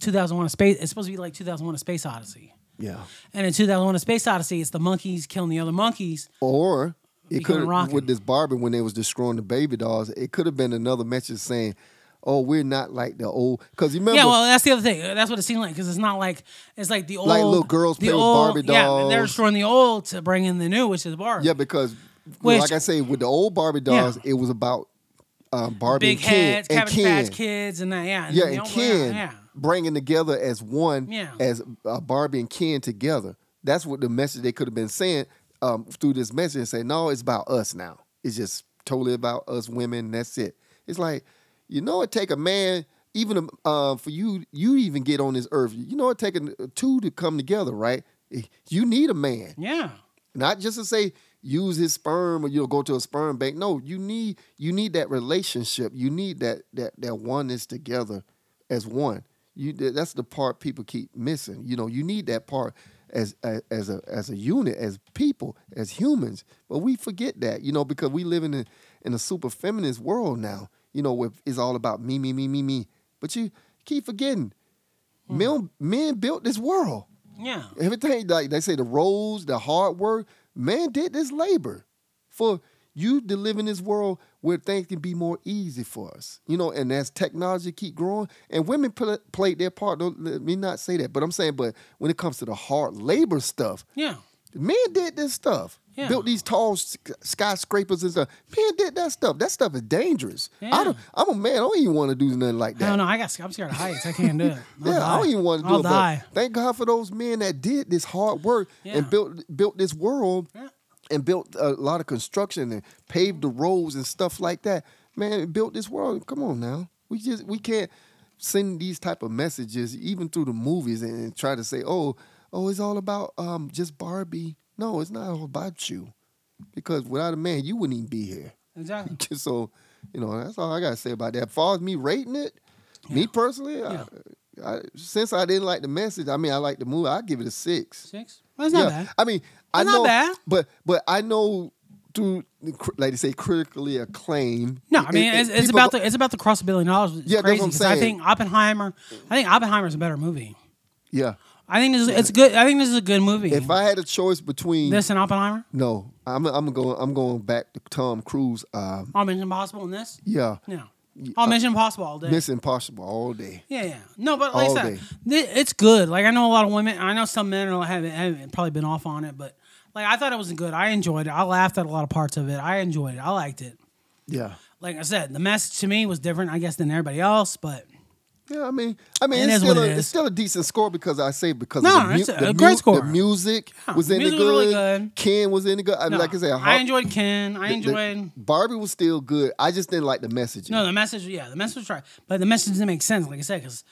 2001: A Space. It's supposed to be like 2001: A Space Odyssey. Yeah. And in 2001: A Space Odyssey, it's the monkeys killing the other monkeys. Or it Become could have rockin'. with this Barbie when they was destroying the baby dolls. It could have been another message saying, "Oh, we're not like the old." Because remember, Yeah, well, that's the other thing. That's what it seemed like because it's not like it's like the old Like little girls the play with old- Barbie Yeah, they're dolls. destroying the old to bring in the new, which is Barbie. yeah, because Which- like I say, with the old Barbie Yeah. dolls, it was about um, Barbie big and Ken heads, and Cabbage Ken. Patch Kids, and that. Yeah, Yeah, the and old- Ken Yeah, bringing together as one, Yeah. as uh, Barbie and Ken together. That's what the message they could have been saying um, through this message and say, no, it's about us now. It's just totally about us women. That's it. It's like, you know, it take a man, even uh, for you, you even get on this earth. You know, it take a, two to come together, right? You need a man yeah. yeah. not just to say use his sperm or you'll go to a sperm bank no you need you need that relationship you need that that that oneness together as one you th- that's the part people keep missing you know you need that part as as, as a as a unit as people as humans but we forget that you know because we live in a in a super feminist world now you know where it's all about me me me me me but you keep forgetting men men built this world Yeah. Everything like they say the roads, the hard work, man did this labor for you to live in this world where things can be more easy for us. You know, and as technology keep growing, and women pl- played their part. Don't let me not say that, but I'm saying, but when it comes to the hard labor stuff, Yeah. Men did this stuff. Yeah. Built these tall s- skyscrapers and stuff. Men did that stuff. That stuff is dangerous. Yeah. I don't, I'm a man. I don't even want to do nothing like that. I don't know. I got. I'm scared of heights. I can't do it. I'll yeah, I die. don't even want to do I'll it. but die. Thank God for those men that did this hard work Yeah. and built built this world Yeah. and built a lot of construction and paved the roads and stuff like that. Man, it built this world. Come on now, we just we can't send these type of messages even through the movies and, and try to say, oh, oh, it's all about um just Barbie. No, it's not all about you, because without a man, you wouldn't even be here. Exactly. Just so you know, that's all I gotta say about that. As far as me rating it, me personally, Yeah. I, I, since I didn't like the message, I mean, I like the movie. I give it a six. Six. Well, it's not yeah, bad. I mean, I not know, bad. but but I know through cr- like they say critically acclaimed. No, I it- mean it- it's, it's people about go- the it's about the cross a billion dollars. It's Yeah, that's what crazy, I'm 'cause I saying. think Oppenheimer. I think Oppenheimer's a better movie. yeah. I think this is, it's good. I think this is a good movie. If I had a choice between this and Oppenheimer, no, I'm I'm going I'm going back to Tom Cruise. Um, all Mission Impossible, and this, yeah, yeah, all Mission Impossible all day. Miss Impossible all day. Yeah, yeah. No, but like All I said, day. thi- it's good. Like I know a lot of women. I know some men are, haven't, haven't probably been off on it, but like I thought it was good. I enjoyed it. I laughed at a lot of parts of it. I enjoyed it. I liked it. Yeah, Like I said, the message to me was different, I guess, than everybody else. But Yeah, I mean, I mean, It it's is what still, a, it is. it's still a decent score because I say because No, of the, mu- it's a- the a great mu- score. The music Yeah, was the in the music was really good. good. Ken was in the good. I, no, Like I said, I enjoyed Ken. I enjoyed. Barbie was still good. I just didn't like the messaging. No, the message, yeah, the message was right, but the message didn't make sense. Like I said, because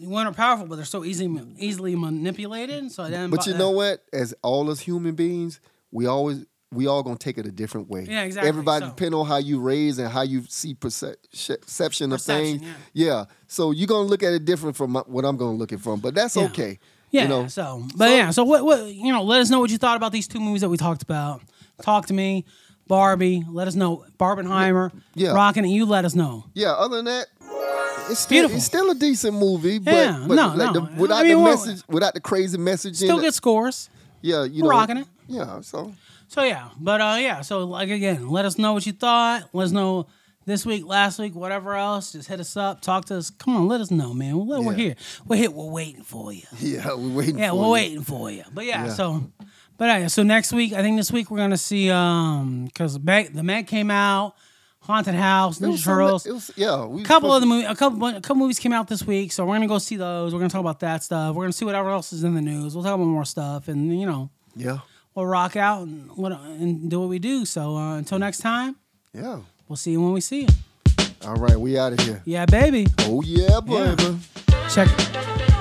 women are powerful, but they're so easily easily manipulated. So then, but you know what? As all us human beings, we always we all gonna take it a different way. Yeah, exactly, Everybody, so- depending on how you raise and how you see perce- sh- perception of Perception, things. Yeah. So you're gonna look at it different from my, what I'm gonna look at from. But that's Yeah. okay. yeah. You know, so, but yeah, so what? What you know? Let us know what you thought about these two movies that we talked about. Talk to me, Barbie. Let us know, Barbenheimer. Yeah. rocking it. You let us know. Yeah, other than that, it's still Beautiful. it's still a decent movie, but, Yeah, but no, like no. The, without I mean, the we're- message, without the crazy messaging, Still good scores. yeah, you we're know, rocking it. Yeah, so So yeah, but uh, yeah. So like again, let us know what you thought. Let us know this week, last week, whatever else. Just hit us up, talk to us. Come on, let us know, man. We're, we're Yeah. here. We're here. We're waiting for you. yeah, we're waiting. Yeah, for we're you. waiting for you. But yeah, Yeah. so, but yeah, so next week, I think this week we're gonna see um because the Meg came out, Haunted House, It Ninja was something- Turtles. it was- yeah, we A couple of the movie, a couple, a couple movies came out this week, so we're gonna go see those. We're gonna talk about that stuff. We're gonna see whatever else is in the news. We'll talk about more stuff, and you know, Yeah, we'll rock out and what and do what we do. So uh, until next time, yeah. we'll see you when we see you. All right, we out of here. Yeah, baby. Oh yeah, baby. Check it.